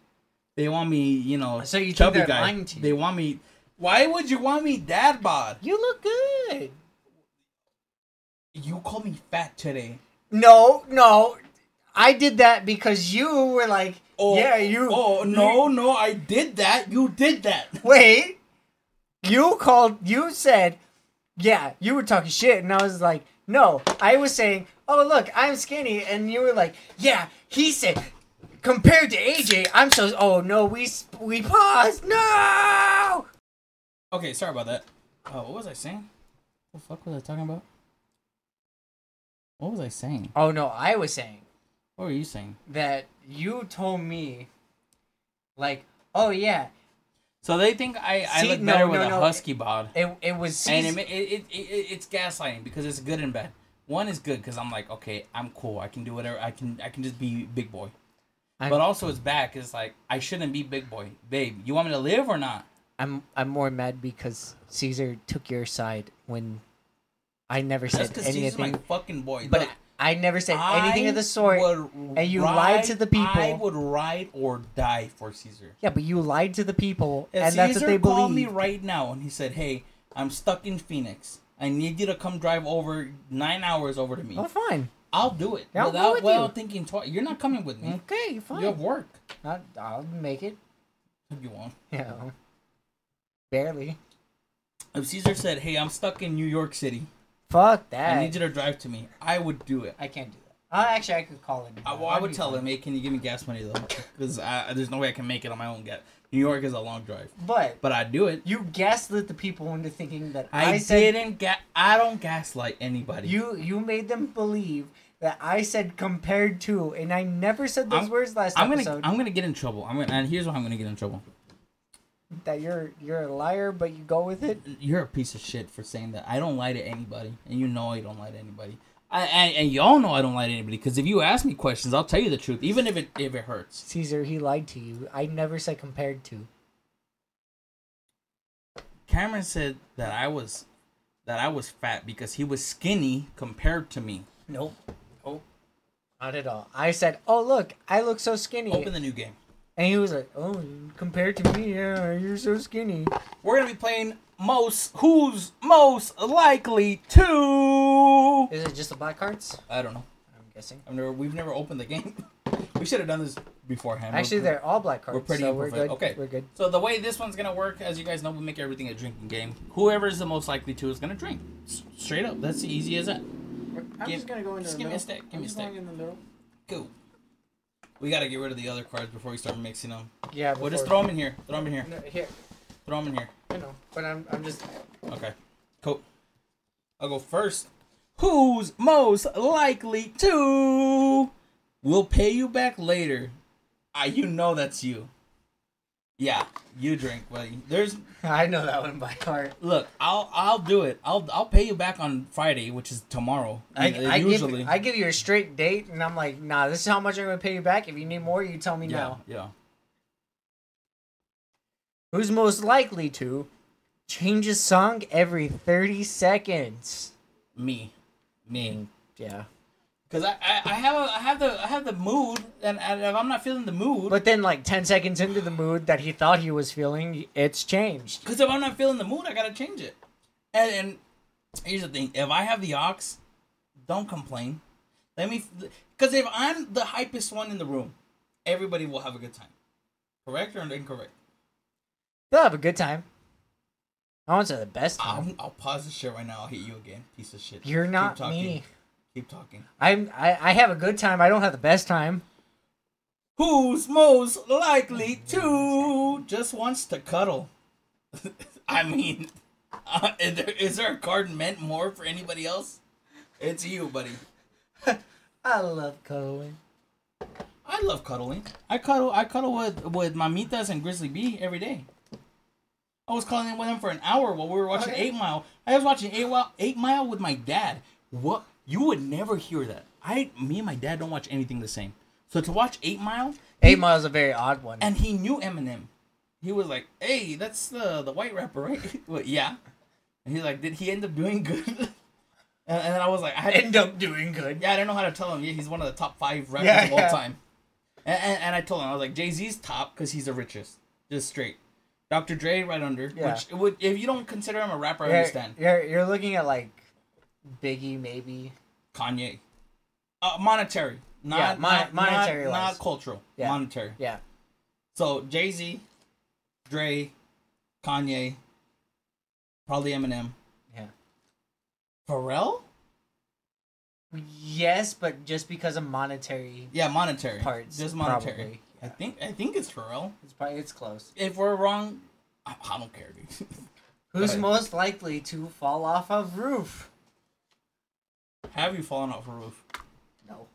Speaker 1: They want me, you know,
Speaker 2: So you think
Speaker 1: chubby
Speaker 2: they're
Speaker 1: guy.
Speaker 2: lying to you?
Speaker 1: They want me. Why would you want me dad bod?
Speaker 2: You look good.
Speaker 1: You called me fat today.
Speaker 2: No, no. I did that because you were like,
Speaker 1: Oh,
Speaker 2: yeah, you.
Speaker 1: Oh no, no, I did that. You did that.
Speaker 2: you- Wait. You called, you said, yeah, you were talking shit. And I was like, no. I was saying, oh, look, I'm skinny. And you were like, yeah, he said, compared to AJ, I'm so, oh, no, we, sp- we paused. No.
Speaker 1: Okay, sorry about that. Uh, what was I saying? What the fuck was I talking about? What was I saying?
Speaker 2: Oh, no, I was saying.
Speaker 1: What were you saying?
Speaker 2: That you told me, like, oh, yeah,
Speaker 1: So they think I, I
Speaker 2: See,
Speaker 1: look
Speaker 2: no,
Speaker 1: better
Speaker 2: no,
Speaker 1: with a
Speaker 2: no.
Speaker 1: husky bod,
Speaker 2: it, it was
Speaker 1: and it,
Speaker 2: season.
Speaker 1: ma- it, it, it, it- it's gaslighting because it's good and bad. One is good because I'm like, okay, I'm cool. I can do whatever. I can I can just be big boy.
Speaker 2: I'm-
Speaker 1: but also it's bad. 'cause It's like I shouldn't be big boy, babe. You want me to live or not?
Speaker 2: I'm I'm more mad because Caesar took your side when I never
Speaker 1: That's
Speaker 2: said
Speaker 1: because he's
Speaker 2: anything.
Speaker 1: my fucking boy.
Speaker 2: but
Speaker 1: Look,
Speaker 2: I never said anything of the sort.
Speaker 1: would
Speaker 2: and you lied to the people.
Speaker 1: I would ride or die for Caesar.
Speaker 2: Yeah, but you lied to the people,
Speaker 1: If
Speaker 2: and that's
Speaker 1: Caesar
Speaker 2: what they
Speaker 1: called
Speaker 2: believe.
Speaker 1: me right now and he said, "Hey, I'm stuck in Phoenix. I need you to come drive over nine hours over to me.
Speaker 2: Oh, fine.
Speaker 1: I'll do it
Speaker 2: I'll go
Speaker 1: without
Speaker 2: with
Speaker 1: well
Speaker 2: you.
Speaker 1: thinking twice. You're not coming with me.
Speaker 2: Okay, fine.
Speaker 1: You have work.
Speaker 2: I'll, I'll make it.
Speaker 1: You won't.
Speaker 2: You know, barely.
Speaker 1: If Caesar said, "Hey, I'm stuck in New York City.
Speaker 2: Fuck
Speaker 1: I
Speaker 2: that. I,
Speaker 1: need you to drive to me," I would do it.
Speaker 2: can't do that. Uh, actually, I could call it.
Speaker 1: I, well, I would tell him, "Hey, can you give me gas money though? Because there's no way I can make it on my own. Gas. New York is a long drive,
Speaker 2: But
Speaker 1: but I'd do it."
Speaker 2: you gaslit the people into thinking that I,
Speaker 1: I,
Speaker 2: said
Speaker 1: didn't ga- I don't gaslight anybody.
Speaker 2: you. You made them believe that I said compared to, and I never said those
Speaker 1: I'm-
Speaker 2: words last
Speaker 1: I'm gonna
Speaker 2: episode.
Speaker 1: I'm gonna get in trouble. I'm gonna and here's why I'm gonna get in trouble.
Speaker 2: that you're you're a liar, but you go with it.
Speaker 1: You're a piece of shit for saying that. I don't lie to anybody, and you know I don't lie to anybody. I, I and y'all know I don't lie to anybody because if you ask me questions, I'll tell you the truth, even if it if it hurts.
Speaker 2: Caesar, he lied to you. I never said compared to.
Speaker 1: Cameron said that I was that I was fat because he was skinny compared to me.
Speaker 2: Nope. Oh. Not at all. I said, "Oh look, I look so skinny,"
Speaker 1: Open the new game.
Speaker 2: and he was like, "Oh, compared to me, yeah, you're so skinny."
Speaker 1: We're gonna be playing most who's most likely to.
Speaker 2: Is it just the black cards?
Speaker 1: I don't know.
Speaker 2: I'm guessing.
Speaker 1: I've never we've never opened the game. we should have done this beforehand.
Speaker 2: Actually,
Speaker 1: We're-
Speaker 2: they're all black cards.
Speaker 1: We're pretty
Speaker 2: so we're
Speaker 1: imperfect.
Speaker 2: good.
Speaker 1: Okay,
Speaker 2: we're good.
Speaker 1: So the way this one's gonna work, as you guys know, we make everything a drinking game. Whoever is the most likely to is gonna drink. S- Straight up, that's easy as that.
Speaker 3: I'm
Speaker 1: Give-
Speaker 3: just gonna go into
Speaker 1: just
Speaker 3: the
Speaker 1: give me a
Speaker 3: middle.
Speaker 1: stick, give
Speaker 3: I'm
Speaker 1: me a
Speaker 3: just
Speaker 1: stick.
Speaker 3: going in the middle.
Speaker 1: Cool. We gotta get rid of the other cards before we start mixing them.
Speaker 2: Yeah,
Speaker 1: We'll just
Speaker 2: before-
Speaker 1: throw them in here. Throw them in here.
Speaker 2: No, here.
Speaker 1: Throw them in here.
Speaker 2: I know, but I'm I'm just
Speaker 1: Okay. Cool. I'll go first. who's most likely to will pay you back later. Ah, you know that's you. Yeah, you drink, buddy. There's
Speaker 2: I know that one by heart.
Speaker 1: look, I'll I'll do it. I'll I'll pay you back on Friday, which is tomorrow.
Speaker 2: I,
Speaker 1: uh,
Speaker 2: I give I give you a straight date, and I'm like, nah, this is how much I'm gonna pay you back. If you need more, you tell me
Speaker 1: yeah,
Speaker 2: now.
Speaker 1: yeah.
Speaker 2: Who's most likely to change a song every 30 seconds?
Speaker 1: Me,
Speaker 2: Mm.
Speaker 1: me.
Speaker 2: Yeah,
Speaker 1: Because I, I, I have a, I have the I have the mood, and, and if I'm not feeling the mood,
Speaker 2: but then like 10 seconds into the mood that he thought he was feeling, it's changed.
Speaker 1: Because if I'm not feeling the mood, I gotta change it. And, and here's the thing: if I have the ox, don't complain. Let me, because if I'm the hypest one in the room, everybody will have a good time. Correct or incorrect?
Speaker 2: They'll have a good time. I won't say the best time.
Speaker 1: I'll, I'll pause the shit right now. I'll hit you again, piece of shit.
Speaker 2: You're
Speaker 1: Keep
Speaker 2: not
Speaker 1: talking.
Speaker 2: me.
Speaker 1: Keep talking.
Speaker 2: I'm I, I have a good time. I don't have the best time.
Speaker 1: Who's most likely to just wants to cuddle? I mean, uh, is, there, is there a card meant more for anybody else? It's you, buddy.
Speaker 2: I love cuddling.
Speaker 1: I love cuddling. I cuddle. I cuddle with with mamitas and Grizzly Bee every day. I was cuddling with him for an hour while we were watching
Speaker 2: Okay.
Speaker 1: Eight Mile. I was watching Eight Mile, Eight Mile with my dad. What you would never hear that. I, me and my dad don't watch anything the same. So to watch Eight Mile,
Speaker 2: Eight Mile is a very odd one.
Speaker 1: and he knew Eminem. He was like, "Hey, that's the the white rapper, right?" well, yeah. And he's like, "Did he end up doing good?" and, and then I was like, "I had to
Speaker 2: End up doing good.
Speaker 1: yeah, I don't know how to tell him. Yeah, he's one of the top five rappers
Speaker 2: Yeah,
Speaker 1: of all
Speaker 2: yeah.
Speaker 1: time. And, and, and I told him, I was like, Jay Z's top because he's the richest, just straight. Dr. Dre right under,
Speaker 2: Yeah.
Speaker 1: which would if you don't consider him a rapper, I
Speaker 2: You're-
Speaker 1: understand.
Speaker 2: You're, you're looking at like Biggie, maybe.
Speaker 1: Kanye, uh, monetary, not
Speaker 2: Yeah, mon-
Speaker 1: not,
Speaker 2: monetary
Speaker 1: not,
Speaker 2: wise.
Speaker 1: not cultural,
Speaker 2: Yeah.
Speaker 1: monetary.
Speaker 2: Yeah.
Speaker 1: So Jay Z, Dre, Kanye, probably Eminem,
Speaker 2: Yeah.
Speaker 1: Pharrell.
Speaker 2: Yes, but just because of monetary,
Speaker 1: Yeah, monetary
Speaker 2: Parts,
Speaker 1: just monetary.
Speaker 2: probably,
Speaker 1: I think I think it's Pharrell.
Speaker 2: it's probably it's close.
Speaker 1: If we're wrong, I, I don't care, dude.
Speaker 2: Who's
Speaker 1: Right.
Speaker 2: most likely to fall off a roof?
Speaker 1: Have you fallen off a roof?
Speaker 2: No.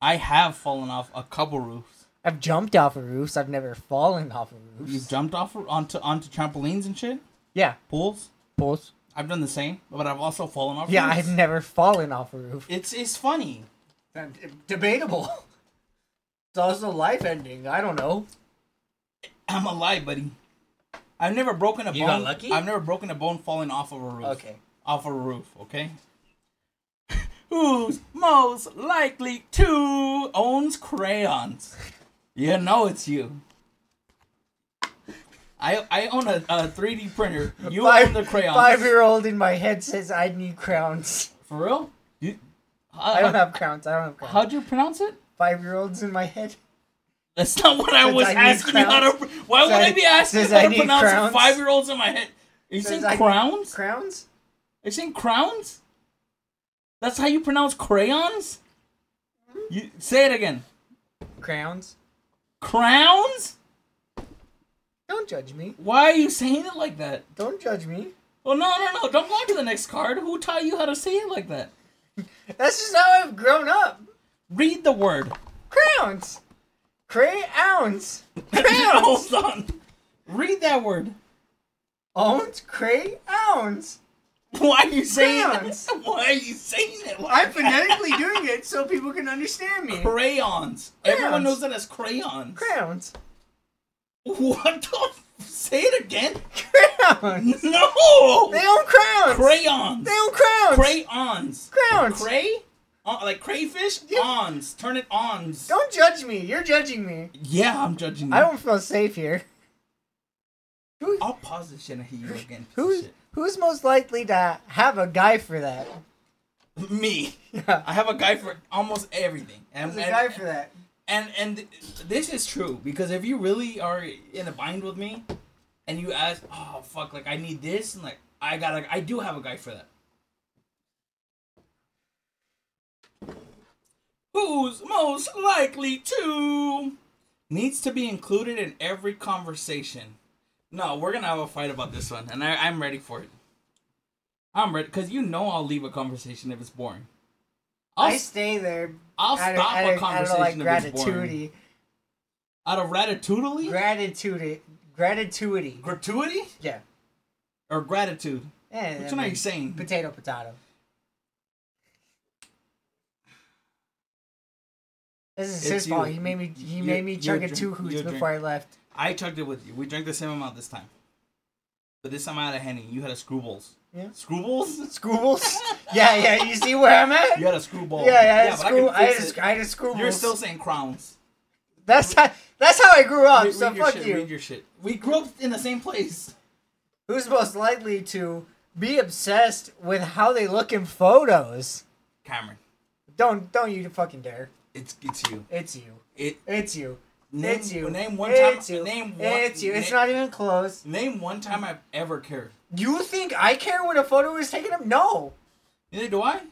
Speaker 1: I have fallen off a couple roofs.
Speaker 2: I've jumped off of roofs. I've never fallen off of
Speaker 1: You
Speaker 2: roofs.
Speaker 1: jumped off onto onto trampolines and shit,
Speaker 2: Yeah,
Speaker 1: pools.
Speaker 2: pools.
Speaker 1: I've done the same, but I've also fallen off.
Speaker 2: Yeah,
Speaker 1: roofs.
Speaker 2: I've never fallen off a roof.
Speaker 1: It's it's funny.
Speaker 2: Debatable. It's also life ending. I don't know.
Speaker 1: I'm alive, buddy. I've never broken a
Speaker 2: You
Speaker 1: bone.
Speaker 2: got lucky?
Speaker 1: I've never broken a bone falling off of a roof.
Speaker 2: Okay.
Speaker 1: Off of a roof. Okay. Who's most likely to owns crayons? You know it's you. I I own a, a 3D printer. You own the crayons.
Speaker 2: Five year old in my head says I need crowns.
Speaker 1: For real? You, uh,
Speaker 2: I don't have crowns. I don't have crowns.
Speaker 1: How'd you pronounce it?
Speaker 2: Five year olds in my head.
Speaker 1: That's not what I
Speaker 2: Says
Speaker 1: was
Speaker 2: I need
Speaker 1: asking you how to. pr- Why would
Speaker 2: Says-
Speaker 1: I be asking you
Speaker 2: says
Speaker 1: how
Speaker 2: I
Speaker 1: to
Speaker 2: need
Speaker 1: pronounce
Speaker 2: crowns.
Speaker 1: five year olds in my head? Are you
Speaker 2: Says
Speaker 1: saying
Speaker 2: I need
Speaker 1: crowns?
Speaker 2: Crowns?
Speaker 1: Are you saying crowns? That's how you pronounce crayons? You Say it again.
Speaker 2: Crowns?
Speaker 1: Crowns?
Speaker 2: Don't judge me.
Speaker 1: Why are you saying it like that?
Speaker 2: Don't judge me.
Speaker 1: Well, no, no, no. Don't go on to the next card. Who taught you how to say it like that?
Speaker 2: That's just how I've grown up.
Speaker 1: Read the word.
Speaker 2: Crowns. Crayons.
Speaker 1: Hold on. Read that word.
Speaker 2: Owns crayons.
Speaker 1: Why are you saying
Speaker 2: Crayons.
Speaker 1: it? Why are you saying it? like that?
Speaker 2: I'm phonetically doing it so people can understand me.
Speaker 1: crayons. Everyone knows that as crayons.
Speaker 2: Crayons.
Speaker 1: What the? F- say it again.
Speaker 2: Crayons.
Speaker 1: No.
Speaker 2: They own crowns.
Speaker 1: Crayons.
Speaker 2: They own crowns.
Speaker 1: Crayons.
Speaker 2: crayons.
Speaker 1: Cray. Uh, like crayfish.
Speaker 2: Yeah.
Speaker 1: Ons. Turn it ons.
Speaker 2: don't judge me. You're judging me.
Speaker 1: Yeah, I'm judging you.
Speaker 2: I don't feel safe here. Who,
Speaker 1: I'll pause this shit and hit you again. piece of
Speaker 2: who's, who's most likely to have a guy for that?
Speaker 1: shit. Me.
Speaker 2: Yeah.
Speaker 1: I have a guy for almost everything. And,
Speaker 2: There's a
Speaker 1: and-
Speaker 2: guy for that.
Speaker 1: and and th- this is true because if you really are in a bind with me and you ask oh fuck like i need this and like i gotta i do have a guy for that who's most likely to needs to be included in every conversation no we're gonna have a fight about this one and I, i'm ready for it I'm ready because you know I'll leave a conversation if it's boring. I'll,
Speaker 2: I
Speaker 1: I,
Speaker 2: stay there.
Speaker 1: I'll
Speaker 2: out of-
Speaker 1: stop
Speaker 2: out
Speaker 1: a
Speaker 2: of- out of, like,
Speaker 1: conversation if it's boring.
Speaker 2: gratitude,
Speaker 1: Out of ratatouille,
Speaker 2: gratitude, gratitude.
Speaker 1: gratuity,
Speaker 2: Yeah.
Speaker 1: or gratitude.
Speaker 2: Eh,
Speaker 1: Which
Speaker 2: I
Speaker 1: one are
Speaker 2: mean,
Speaker 1: you saying?
Speaker 2: Potato, potato. This is
Speaker 1: It's
Speaker 2: his fault.
Speaker 1: you.
Speaker 2: He made me. He
Speaker 1: You-
Speaker 2: made me
Speaker 1: you
Speaker 2: chug it
Speaker 1: drink-
Speaker 2: two
Speaker 1: you
Speaker 2: hoots
Speaker 1: drink.
Speaker 2: before I left.
Speaker 1: I chugged it with you. We drank the same amount this time, but this time I had a henny. You had a screwballs.
Speaker 2: Yeah.
Speaker 1: Screwballs.
Speaker 2: Schools. yeah, yeah. You see where I'm at?
Speaker 1: You
Speaker 2: Yeah,
Speaker 1: had a screwball.
Speaker 2: yeah. I had
Speaker 1: but I
Speaker 2: school.
Speaker 1: can
Speaker 2: I, had
Speaker 1: fix
Speaker 2: a
Speaker 1: it.
Speaker 2: sc- I had a school.
Speaker 1: You're still saying crowns.
Speaker 2: That's how. That's how I grew up.
Speaker 1: Read-
Speaker 2: Um, so
Speaker 1: read your
Speaker 2: fuck
Speaker 1: shit,
Speaker 2: you.
Speaker 1: Read your shit. We grew up in the same place.
Speaker 2: Who's most likely to be obsessed with how they look in photos?
Speaker 1: Cameron,
Speaker 2: Don't don't you fucking dare.
Speaker 1: it's it's you.
Speaker 2: It's you.
Speaker 1: It
Speaker 2: It's you.
Speaker 1: Name-
Speaker 2: it's you.
Speaker 1: name one time-
Speaker 2: it's You.
Speaker 1: name one-
Speaker 2: It's you. It's
Speaker 1: na-
Speaker 2: not even close.
Speaker 1: name one time I've ever cared.
Speaker 2: You think I care when a photo is taken up? No.
Speaker 1: Neither do I.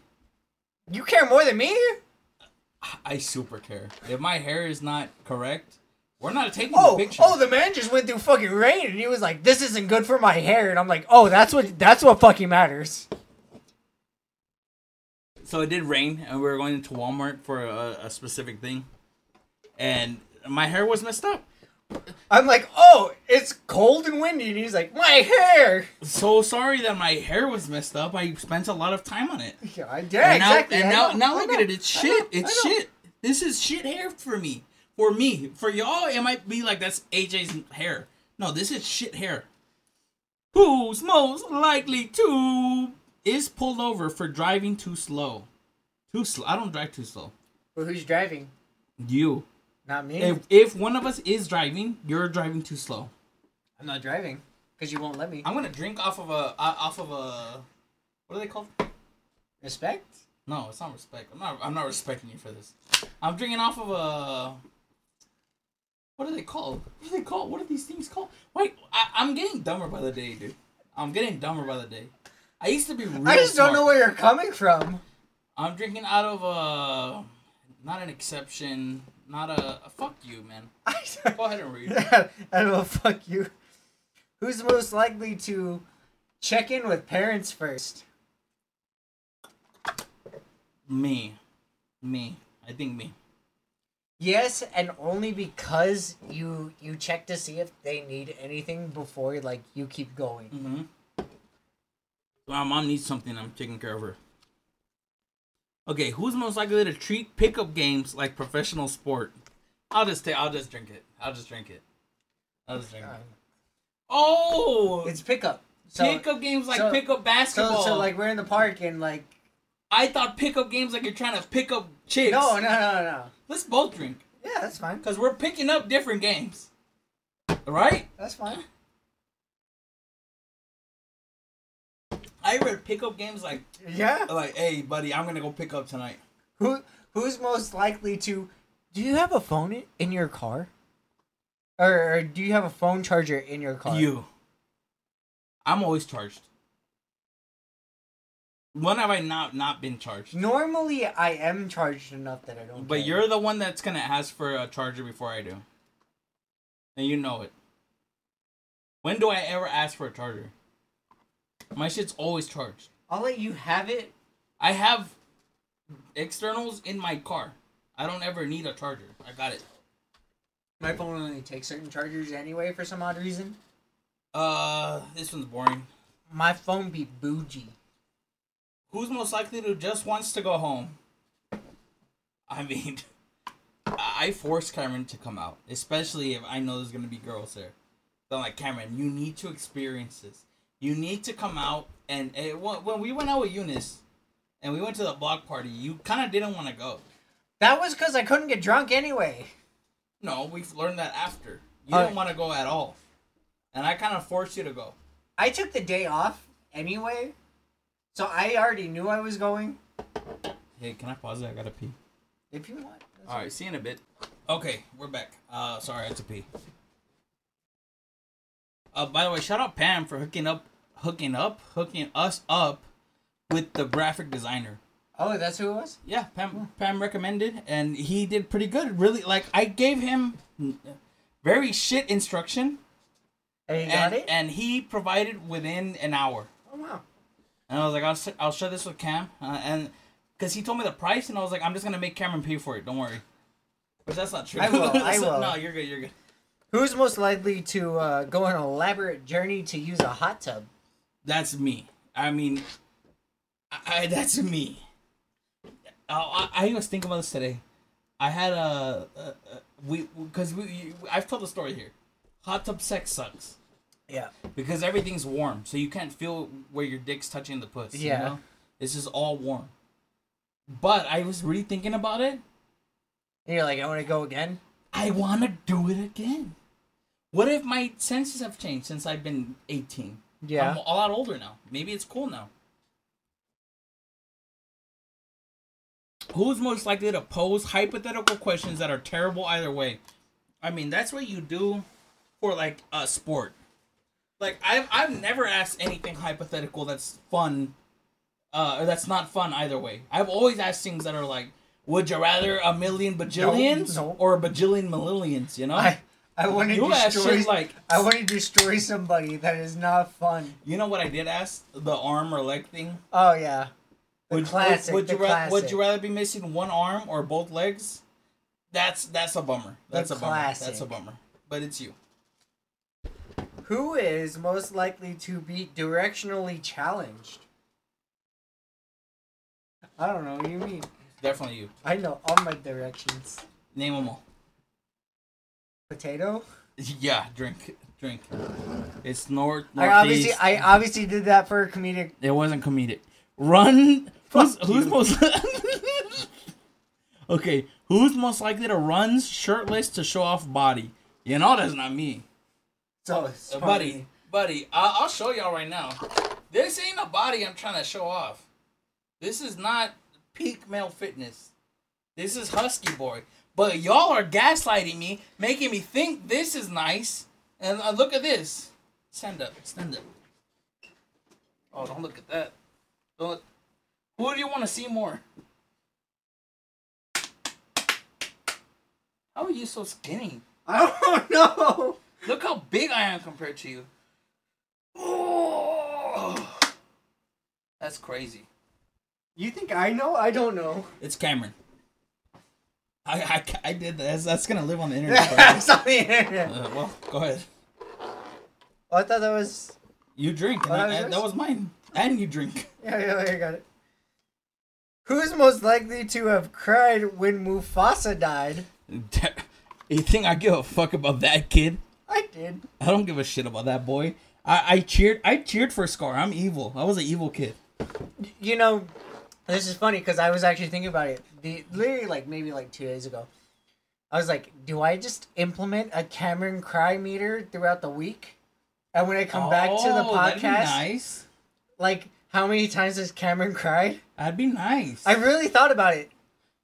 Speaker 2: You care more than me?
Speaker 1: I super care. If my hair is not correct, we're not taking
Speaker 2: Oh,
Speaker 1: the picture.
Speaker 2: oh, the man just went through fucking rain and he was like, "This isn't good for my hair," and I'm like, "Oh, that's what that's what fucking matters."
Speaker 1: so it did rain, and we were going to Walmart for a, a specific thing, and my hair was messed up.
Speaker 2: I'm like, "Oh, it's cold and windy," and he's like, "My hair."
Speaker 1: So sorry that my hair was messed up. I spent a lot of time on it.
Speaker 2: Yeah, I- yeah,
Speaker 1: and now,
Speaker 2: exactly.
Speaker 1: And
Speaker 2: I
Speaker 1: now,
Speaker 2: know,
Speaker 1: now
Speaker 2: I
Speaker 1: look
Speaker 2: know.
Speaker 1: at it. It's
Speaker 2: I
Speaker 1: shit.
Speaker 2: know,
Speaker 1: it's
Speaker 2: I know.
Speaker 1: shit. This is shit hair for me. For me. For y'all, it might be like that's AJ's hair. No, this is shit hair. Who's most likely to is pulled over for driving too slow? Too slow. I don't drive too slow.
Speaker 2: Well, who's driving?
Speaker 1: You.
Speaker 2: Not me.
Speaker 1: If if one of us is driving, you're driving too slow.
Speaker 2: I'm not driving because you won't let me.
Speaker 1: I'm gonna drink off of a uh, off of a what are they called?
Speaker 2: Respect.
Speaker 1: No, it's not respect. I'm not. I'm not respecting you for this. I'm drinking off of a. What are they called? What are they called? What are these things called? Wait, I, I'm getting dumber by the day, dude. I'm getting dumber by the day. I used to be. Real
Speaker 2: I just
Speaker 1: smart.
Speaker 2: don't know where you're coming from.
Speaker 1: I'm drinking out of a. Not an exception. Not a, a fuck you, man. Go ahead and read.
Speaker 2: I don't know. Fuck you. Who's most likely to check in with parents first?
Speaker 1: me, me. I think me.
Speaker 2: Yes, and only because you you check to see if they need anything before like you keep going.
Speaker 1: Mm-hmm. My mom needs something. I'm taking care of her. Okay, who's most likely to treat pickup games like professional sport? I'll just take. I'll just drink it. I'll just drink it. I'll just drink it.
Speaker 2: Um,
Speaker 1: Oh,
Speaker 2: It's pickup. So
Speaker 1: pickup games like
Speaker 2: so-
Speaker 1: pickup
Speaker 2: so,
Speaker 1: basketball.
Speaker 2: so like we're in the park and like
Speaker 1: I thought pickup games like you're trying to pick up chicks.
Speaker 2: no no no no.
Speaker 1: let's both drink
Speaker 2: Yeah, that's fine.
Speaker 1: because we're picking up different games. Right?
Speaker 2: That's fine.
Speaker 1: I read pickup games like
Speaker 2: Yeah.
Speaker 1: like, hey buddy, I'm gonna go pick up tonight.
Speaker 2: Who who's most likely to? Do you have a phone in- in your car? Or, or do you have a phone charger in your car?
Speaker 1: You. I'm always charged. When have I not not been charged?
Speaker 2: Normally, I am charged enough that I don't.
Speaker 1: But
Speaker 2: care.
Speaker 1: you're the one that's gonna ask for a charger before I do. And you know it. When do I ever ask for a charger? My shit's always charged.
Speaker 2: I'll let you have it.
Speaker 1: I have externals in my car. I don't ever need a charger. I got it.
Speaker 2: My phone only takes certain chargers anyway for some odd reason.
Speaker 1: Uh, this one's boring.
Speaker 2: My phone be bougie.
Speaker 1: Who's most likely to just wants to go home? I mean, I I force Cameron to come out, especially if I know there's gonna be girls there. So I'm like, Cameron, you need to experience this. You need to come out. And eh, wh- when we went out with Eunice, and we went to the block party, you kind of didn't want to go.
Speaker 2: That was because I couldn't get drunk anyway.
Speaker 1: No, we've learned that after. You
Speaker 2: All
Speaker 1: didn't
Speaker 2: right.
Speaker 1: want to go at all, and I kind of forced you to go.
Speaker 2: I took the day off anyway, so I already knew I was going.
Speaker 1: Hey, can I pause it? I gotta pee.
Speaker 2: If you want. that's
Speaker 1: All right, see you in a bit. Okay, we're back. Uh, sorry, I had to pee. Uh, by the way, shout out Pam for hooking up, hooking up, hooking us up with the graphic designer.
Speaker 2: Oh, that's who it was.
Speaker 1: Yeah, Pam. Pam recommended, and he did pretty good. Really, like I gave him very shit instruction,
Speaker 2: And you got
Speaker 1: and
Speaker 2: it.
Speaker 1: and he provided within an hour.
Speaker 2: oh wow.
Speaker 1: And I was like, I'll, s- I'll share this with Cam. Uh, and because he told me the price, and I was like, I'm just going to make Cameron pay for it. Don't worry. But that's not true.
Speaker 2: I will, I
Speaker 1: So-
Speaker 2: will.
Speaker 1: No, you're good. You're good.
Speaker 2: Who's most likely to uh, go on an elaborate journey to use a hot tub?
Speaker 1: That's me. I mean, I, I that's me. I, I, I was thinking about this today. I had a, a, a we because we, you I've told the story here. Hot tub sex sucks
Speaker 2: Yeah.
Speaker 1: because everything's warm, so you can't feel where your dick's touching the puss.
Speaker 2: Yeah.
Speaker 1: You know? It's just all warm. But I was really thinking about it.
Speaker 2: And you're like, I want to go again.
Speaker 1: I want to do it again. What if my senses have changed since I've been 18?
Speaker 2: Yeah.
Speaker 1: I'm a lot older now. Maybe it's cool now. Who's most likely to pose hypothetical questions that are terrible either way? I mean, that's what you do for like a sport. Like I've I've never asked anything hypothetical that's fun, uh, or that's not fun either way. I've always asked things that are like, would you rather a million bajillions
Speaker 2: no.
Speaker 1: or a bajillion millions? You know,
Speaker 2: I I want to
Speaker 1: You asked
Speaker 2: destroy
Speaker 1: him, like-
Speaker 2: I want to destroy somebody. That is not fun.
Speaker 1: you know what I did ask the arm or leg thing.
Speaker 2: Oh yeah. The
Speaker 1: would,
Speaker 2: classic.
Speaker 1: Would, would you
Speaker 2: the
Speaker 1: ra-
Speaker 2: classic.
Speaker 1: would you rather be missing one arm or both legs? That's that's a bummer. That's a bummer. That's a
Speaker 2: classic.
Speaker 1: bummer. But it's you.
Speaker 2: Who is most likely to be directionally challenged? I don't know what you mean.
Speaker 1: Definitely you.
Speaker 2: I know all my directions.
Speaker 1: Name them all.
Speaker 2: Potato.
Speaker 1: Yeah, drink, drink. It's north.
Speaker 2: I obviously,
Speaker 1: northeast.
Speaker 2: I obviously did that for a comedic.
Speaker 1: It wasn't comedic. Run. Who's,
Speaker 2: Fuck
Speaker 1: who's
Speaker 2: you.
Speaker 1: most? okay, who's most likely to run shirtless to show off body? You know that's not me.
Speaker 2: So, it's
Speaker 1: Uh,
Speaker 2: funny.
Speaker 1: buddy, buddy, I- I'll show y'all right now. This ain't a body I'm trying to show off. This is not peak male fitness. This is husky boy. But y'all are gaslighting me, making me think this is nice. And uh, look at this. Stand up, stand up. Oh, don't look at that. Don't. Look. Who do you want to see more? How are you so skinny?
Speaker 2: I don't know.
Speaker 1: Look how big I am compared to you. Oh, that's crazy.
Speaker 2: You think I know? I don't know.
Speaker 1: It's Cameron. I I, ca- I did that. That's gonna live on the internet. forever.
Speaker 2: It's on the internet.
Speaker 1: uh, well, go ahead.
Speaker 2: Oh, I thought that was.
Speaker 1: You drink. and
Speaker 2: Oh, that
Speaker 1: I-
Speaker 2: was
Speaker 1: I-
Speaker 2: yours?
Speaker 1: that was mine. And you drink.
Speaker 2: Yeah, yeah, yeah, I got it. Who's most likely to have cried when Mufasa died?
Speaker 1: You think I give a fuck about that kid?
Speaker 2: I did.
Speaker 1: I don't give a shit about that boy. I, I cheered. I cheered for Scar. I'm evil. I was an evil kid.
Speaker 2: You know, this is funny because I was actually thinking about it. The literally like maybe like two days ago, I was like, do I just implement a Cameron cry meter throughout the week? And when I come back to the
Speaker 1: Oh, that'd be
Speaker 2: podcast,
Speaker 1: nice.
Speaker 2: like how many times has Cameron cried?
Speaker 1: That'd be nice.
Speaker 2: I really thought about it.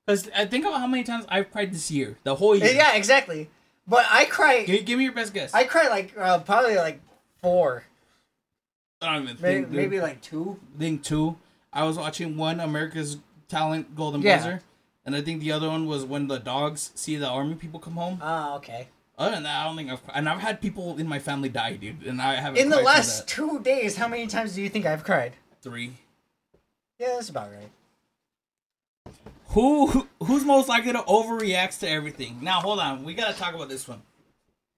Speaker 1: Cause I think about how many times I've cried this year, the whole year.
Speaker 2: Yeah, exactly. But I cry.
Speaker 1: Give, give me your best guess.
Speaker 2: I cry like uh, probably like four,
Speaker 1: I don't even
Speaker 2: maybe,
Speaker 1: think, dude.
Speaker 2: maybe like two.
Speaker 1: think two. I was watching one America's Talent Golden
Speaker 2: Yeah.
Speaker 1: Buzzer, and I think the other one was when the dogs see the army people come home.
Speaker 2: Ah, okay.
Speaker 1: Other than that, I don't think I've cried. and I've had people in my family die, dude, and I haven't.
Speaker 2: In the
Speaker 1: cried for
Speaker 2: last
Speaker 1: that.
Speaker 2: two days, how many times do you think I've cried?
Speaker 1: three,
Speaker 2: Yeah, that's about right.
Speaker 1: who who- who's most likely to overreact to everything? Now hold on, we gotta talk about this one.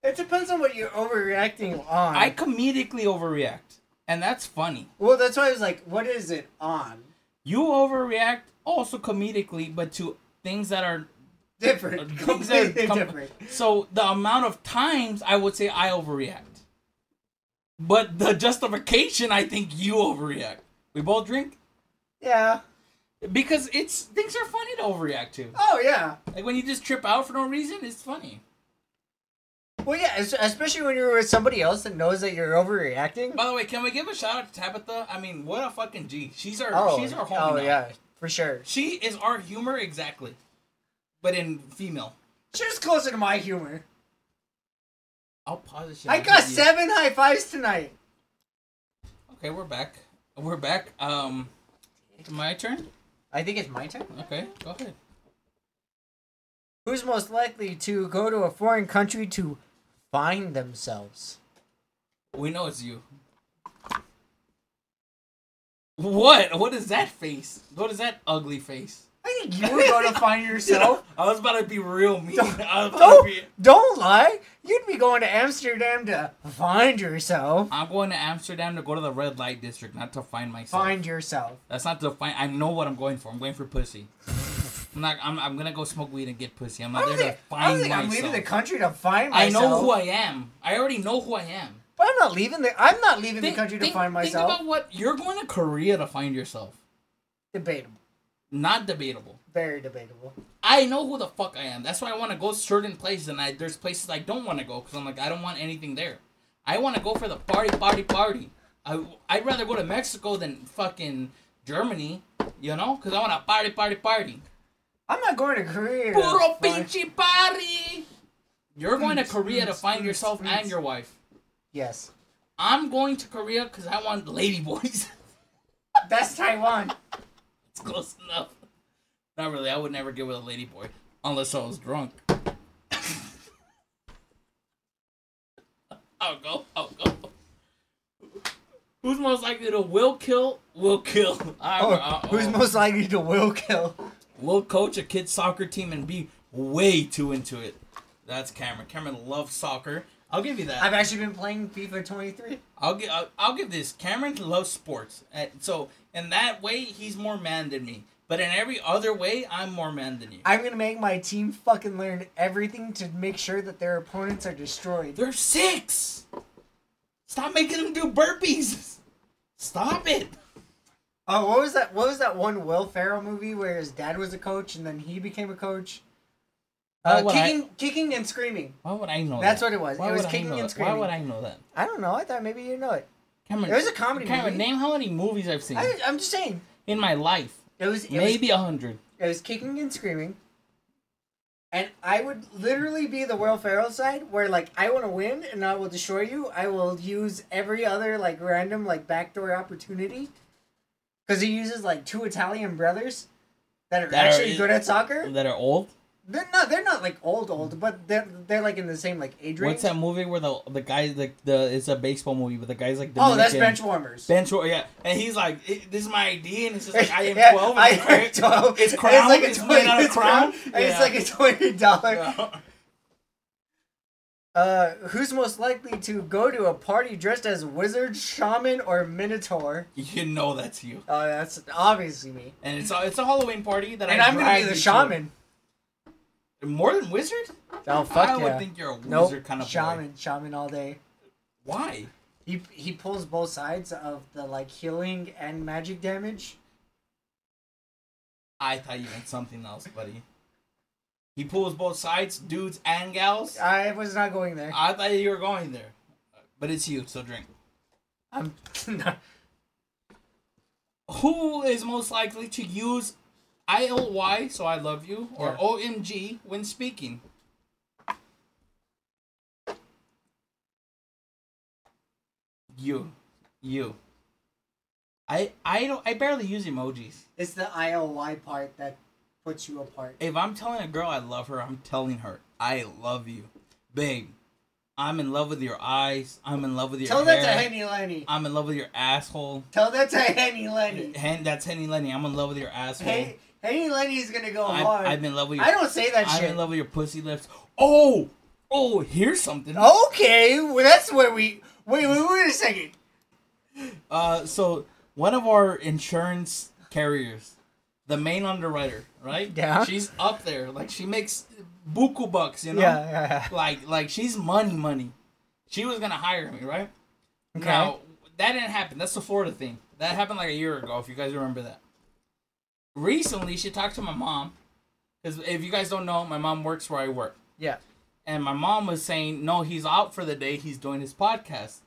Speaker 2: It depends on what you're overreacting on.
Speaker 1: I comedically overreact, and that's funny.
Speaker 2: well, that's why I was like, what is it on?
Speaker 1: You overreact also comedically, but to things that are
Speaker 2: Different.
Speaker 1: Things are
Speaker 2: Completely
Speaker 1: Uh, com-
Speaker 2: different.
Speaker 1: So the amount of times I would say I overreact, but the justification I think you overreact. We both drink
Speaker 2: Yeah.
Speaker 1: because it's things are funny to overreact to.
Speaker 2: Oh, yeah.
Speaker 1: Like when you just trip out for no reason, it's funny.
Speaker 2: Well, yeah, es- especially when you're with somebody else that knows that you're overreacting.
Speaker 1: By the way, can we give a shout out to Tabitha? I mean, what a fucking G. She's our
Speaker 2: oh,
Speaker 1: she's our homie.
Speaker 2: oh
Speaker 1: now.
Speaker 2: yeah, for sure.
Speaker 1: She is our humor exactly, but in female.
Speaker 2: She's closer to my humor.
Speaker 1: I'll pause this shit.
Speaker 2: I
Speaker 1: and
Speaker 2: got
Speaker 1: hit you.
Speaker 2: seven high fives tonight.
Speaker 1: Okay, we're back. We're back. Um, my turn.
Speaker 2: I think it's my turn.
Speaker 1: Okay, go ahead.
Speaker 2: Who's most likely to go to a foreign country to find themselves?
Speaker 1: We know it's you. What? What is that face? What is that ugly face?
Speaker 2: I think you were going to find yourself.
Speaker 1: I was about to be real mean. I was about to
Speaker 2: Don't,
Speaker 1: be,
Speaker 2: don't lie. You'd be going to Amsterdam to find yourself.
Speaker 1: I'm going to Amsterdam to go to the red light district, not to find myself.
Speaker 2: Find yourself.
Speaker 1: That's not to find. I know what I'm going for. I'm going for pussy. I'm not. I'm, I'm gonna go smoke weed and get pussy. I'm
Speaker 2: I
Speaker 1: not
Speaker 2: don't
Speaker 1: there to
Speaker 2: think, I don't
Speaker 1: find
Speaker 2: think I'm leaving
Speaker 1: myself.
Speaker 2: the country to find
Speaker 1: I
Speaker 2: myself.
Speaker 1: know who I am. I already know who I am.
Speaker 2: But I'm not leaving the. I'm not leaving
Speaker 1: Think-
Speaker 2: the country to
Speaker 1: think-
Speaker 2: find myself.
Speaker 1: Think about what you're going to Korea to find yourself.
Speaker 2: debatable.
Speaker 1: Not debatable.
Speaker 2: Very debatable.
Speaker 1: I know who the fuck I am. That's why I want to go certain places, and I, there's places I don't want to go because I'm like I don't want anything there. I want to go for the party, party, party. I I'd rather go to Mexico than fucking Germany, you know, because I want to party, party, party.
Speaker 2: I'm not going to Korea. to
Speaker 1: Puro
Speaker 2: find-
Speaker 1: pinche party. You're going to Korea to find yourself and your wife.
Speaker 2: Yes.
Speaker 1: I'm going to Korea because I want lady boys.
Speaker 2: That's Taiwan.
Speaker 1: it's close enough. Not really. I would never get with a lady boy unless I was drunk. I'll go. I'll go. Who's most likely to will kill? Will kill. I,
Speaker 2: Oh,
Speaker 1: I-
Speaker 2: who's
Speaker 1: oh.
Speaker 2: most likely to will kill?
Speaker 1: will coach a kid's soccer team and be way too into it. That's Cameron. Cameron loves soccer. I'll give you that.
Speaker 2: I've actually been playing FIFA 23.
Speaker 1: I'll give I'll, I'll give this. Cameron loves sports, and so in that way, he's more man than me. But in every other way, I'm more man than you.
Speaker 2: I'm gonna make my team fucking learn everything to make sure that their opponents are destroyed.
Speaker 1: They're six. Stop making them do burpees. Stop it.
Speaker 2: Oh, what was that? What was that one Will Ferrell movie where his dad was a coach and then he became a coach?
Speaker 1: Why
Speaker 2: Uh,
Speaker 1: would Oh, I-
Speaker 2: kicking, kicking and screaming.
Speaker 1: Why would I know
Speaker 2: That's
Speaker 1: that?
Speaker 2: what it was.
Speaker 1: Why
Speaker 2: It was
Speaker 1: would I
Speaker 2: kicking
Speaker 1: know
Speaker 2: and
Speaker 1: that? Why
Speaker 2: screaming.
Speaker 1: would I know that?
Speaker 2: I don't know. I thought maybe you know it.
Speaker 1: Cameron,
Speaker 2: It was a comedy
Speaker 1: Cameron,
Speaker 2: movie.
Speaker 1: name how many movies I've seen
Speaker 2: I, I'm just saying.
Speaker 1: in my life.
Speaker 2: It was it was
Speaker 1: Maybe a hundred.
Speaker 2: It was kicking and screaming. And I would literally be the Will Ferrell side where like I want to win and I will destroy you. I will use every other like random like backdoor opportunity because he uses like two Italian brothers that are
Speaker 1: That are-
Speaker 2: actually good at soccer.
Speaker 1: that are old.
Speaker 2: They're not they're not like old old, but they're they're like in the same like age range.
Speaker 1: What's that movie where the the guy the, the it's a baseball movie, but the guy's like
Speaker 2: Oh,
Speaker 1: Dominican.
Speaker 2: that's bench warmers.
Speaker 1: Bench warmer, yeah, and he's like, "It- "This is my ID," and it's just like, "I am
Speaker 2: Yeah,
Speaker 1: 12.
Speaker 2: I
Speaker 1: and
Speaker 2: am
Speaker 1: it's cra-
Speaker 2: 12.
Speaker 1: It's
Speaker 2: And
Speaker 1: crown. It's, like a made out of
Speaker 2: it's crown,
Speaker 1: crown.
Speaker 2: and it's like a twenty dollar.
Speaker 1: Yeah.
Speaker 2: Uh, who's most likely to go to a party dressed as wizard, shaman, or minotaur?
Speaker 1: you know that's you,
Speaker 2: Oh, that's obviously me.
Speaker 1: and it's a it's a Halloween party that
Speaker 2: And
Speaker 1: I
Speaker 2: I'm gonna be
Speaker 1: dragged
Speaker 2: the
Speaker 1: you to.
Speaker 2: shaman.
Speaker 1: More than wizard?
Speaker 2: Oh fuck
Speaker 1: I
Speaker 2: yeah!
Speaker 1: would think you're a wizard
Speaker 2: nope,
Speaker 1: kind of
Speaker 2: shaman,
Speaker 1: boy.
Speaker 2: shaman all day.
Speaker 1: Why?
Speaker 2: He he pulls both sides of the like healing and magic damage.
Speaker 1: I thought you meant something else, buddy. He pulls both sides, dudes and gals.
Speaker 2: I was not going there.
Speaker 1: I thought you were going there, but it's you. So drink.
Speaker 2: I'm not.
Speaker 1: who is most likely to use ILY, so I love you, or
Speaker 2: Yeah.
Speaker 1: OMG when speaking? You. You. I I don't I barely use emojis.
Speaker 2: It's the ILY part that puts you apart.
Speaker 1: If I'm telling a girl I love her, I'm telling her I love you. Babe, I'm in love with your eyes. I'm in love with your
Speaker 2: Tell
Speaker 1: hair.
Speaker 2: that to Henny Lenny.
Speaker 1: I'm in love with your asshole.
Speaker 2: Tell that to Henny Lenny.
Speaker 1: Hen, that's Henny Lenny. I'm in love with your asshole.
Speaker 2: Hey, Henny Lenny's gonna go
Speaker 1: I'm,
Speaker 2: hard.
Speaker 1: I'm in love with your
Speaker 2: I don't say that
Speaker 1: I'm
Speaker 2: shit.
Speaker 1: in love with your pussy lips. Oh, oh, here's something.
Speaker 2: Okay, well, that's where we. Wait, wait, wait a second.
Speaker 1: Uh, so one of our insurance carriers, the main underwriter, right?
Speaker 2: Yeah.
Speaker 1: She's up there, like she makes buku bucks, you know.
Speaker 2: yeah,
Speaker 1: Like, like she's money, money. She was gonna hire me, right?
Speaker 2: Okay.
Speaker 1: Now that didn't happen. That's the Florida thing. That happened like a year ago, if you guys remember that. Recently, she talked to my mom, because if you guys don't know, my mom works where I work.
Speaker 2: yeah.
Speaker 1: and my mom was saying, "No, he's out for the day. He's doing his podcast."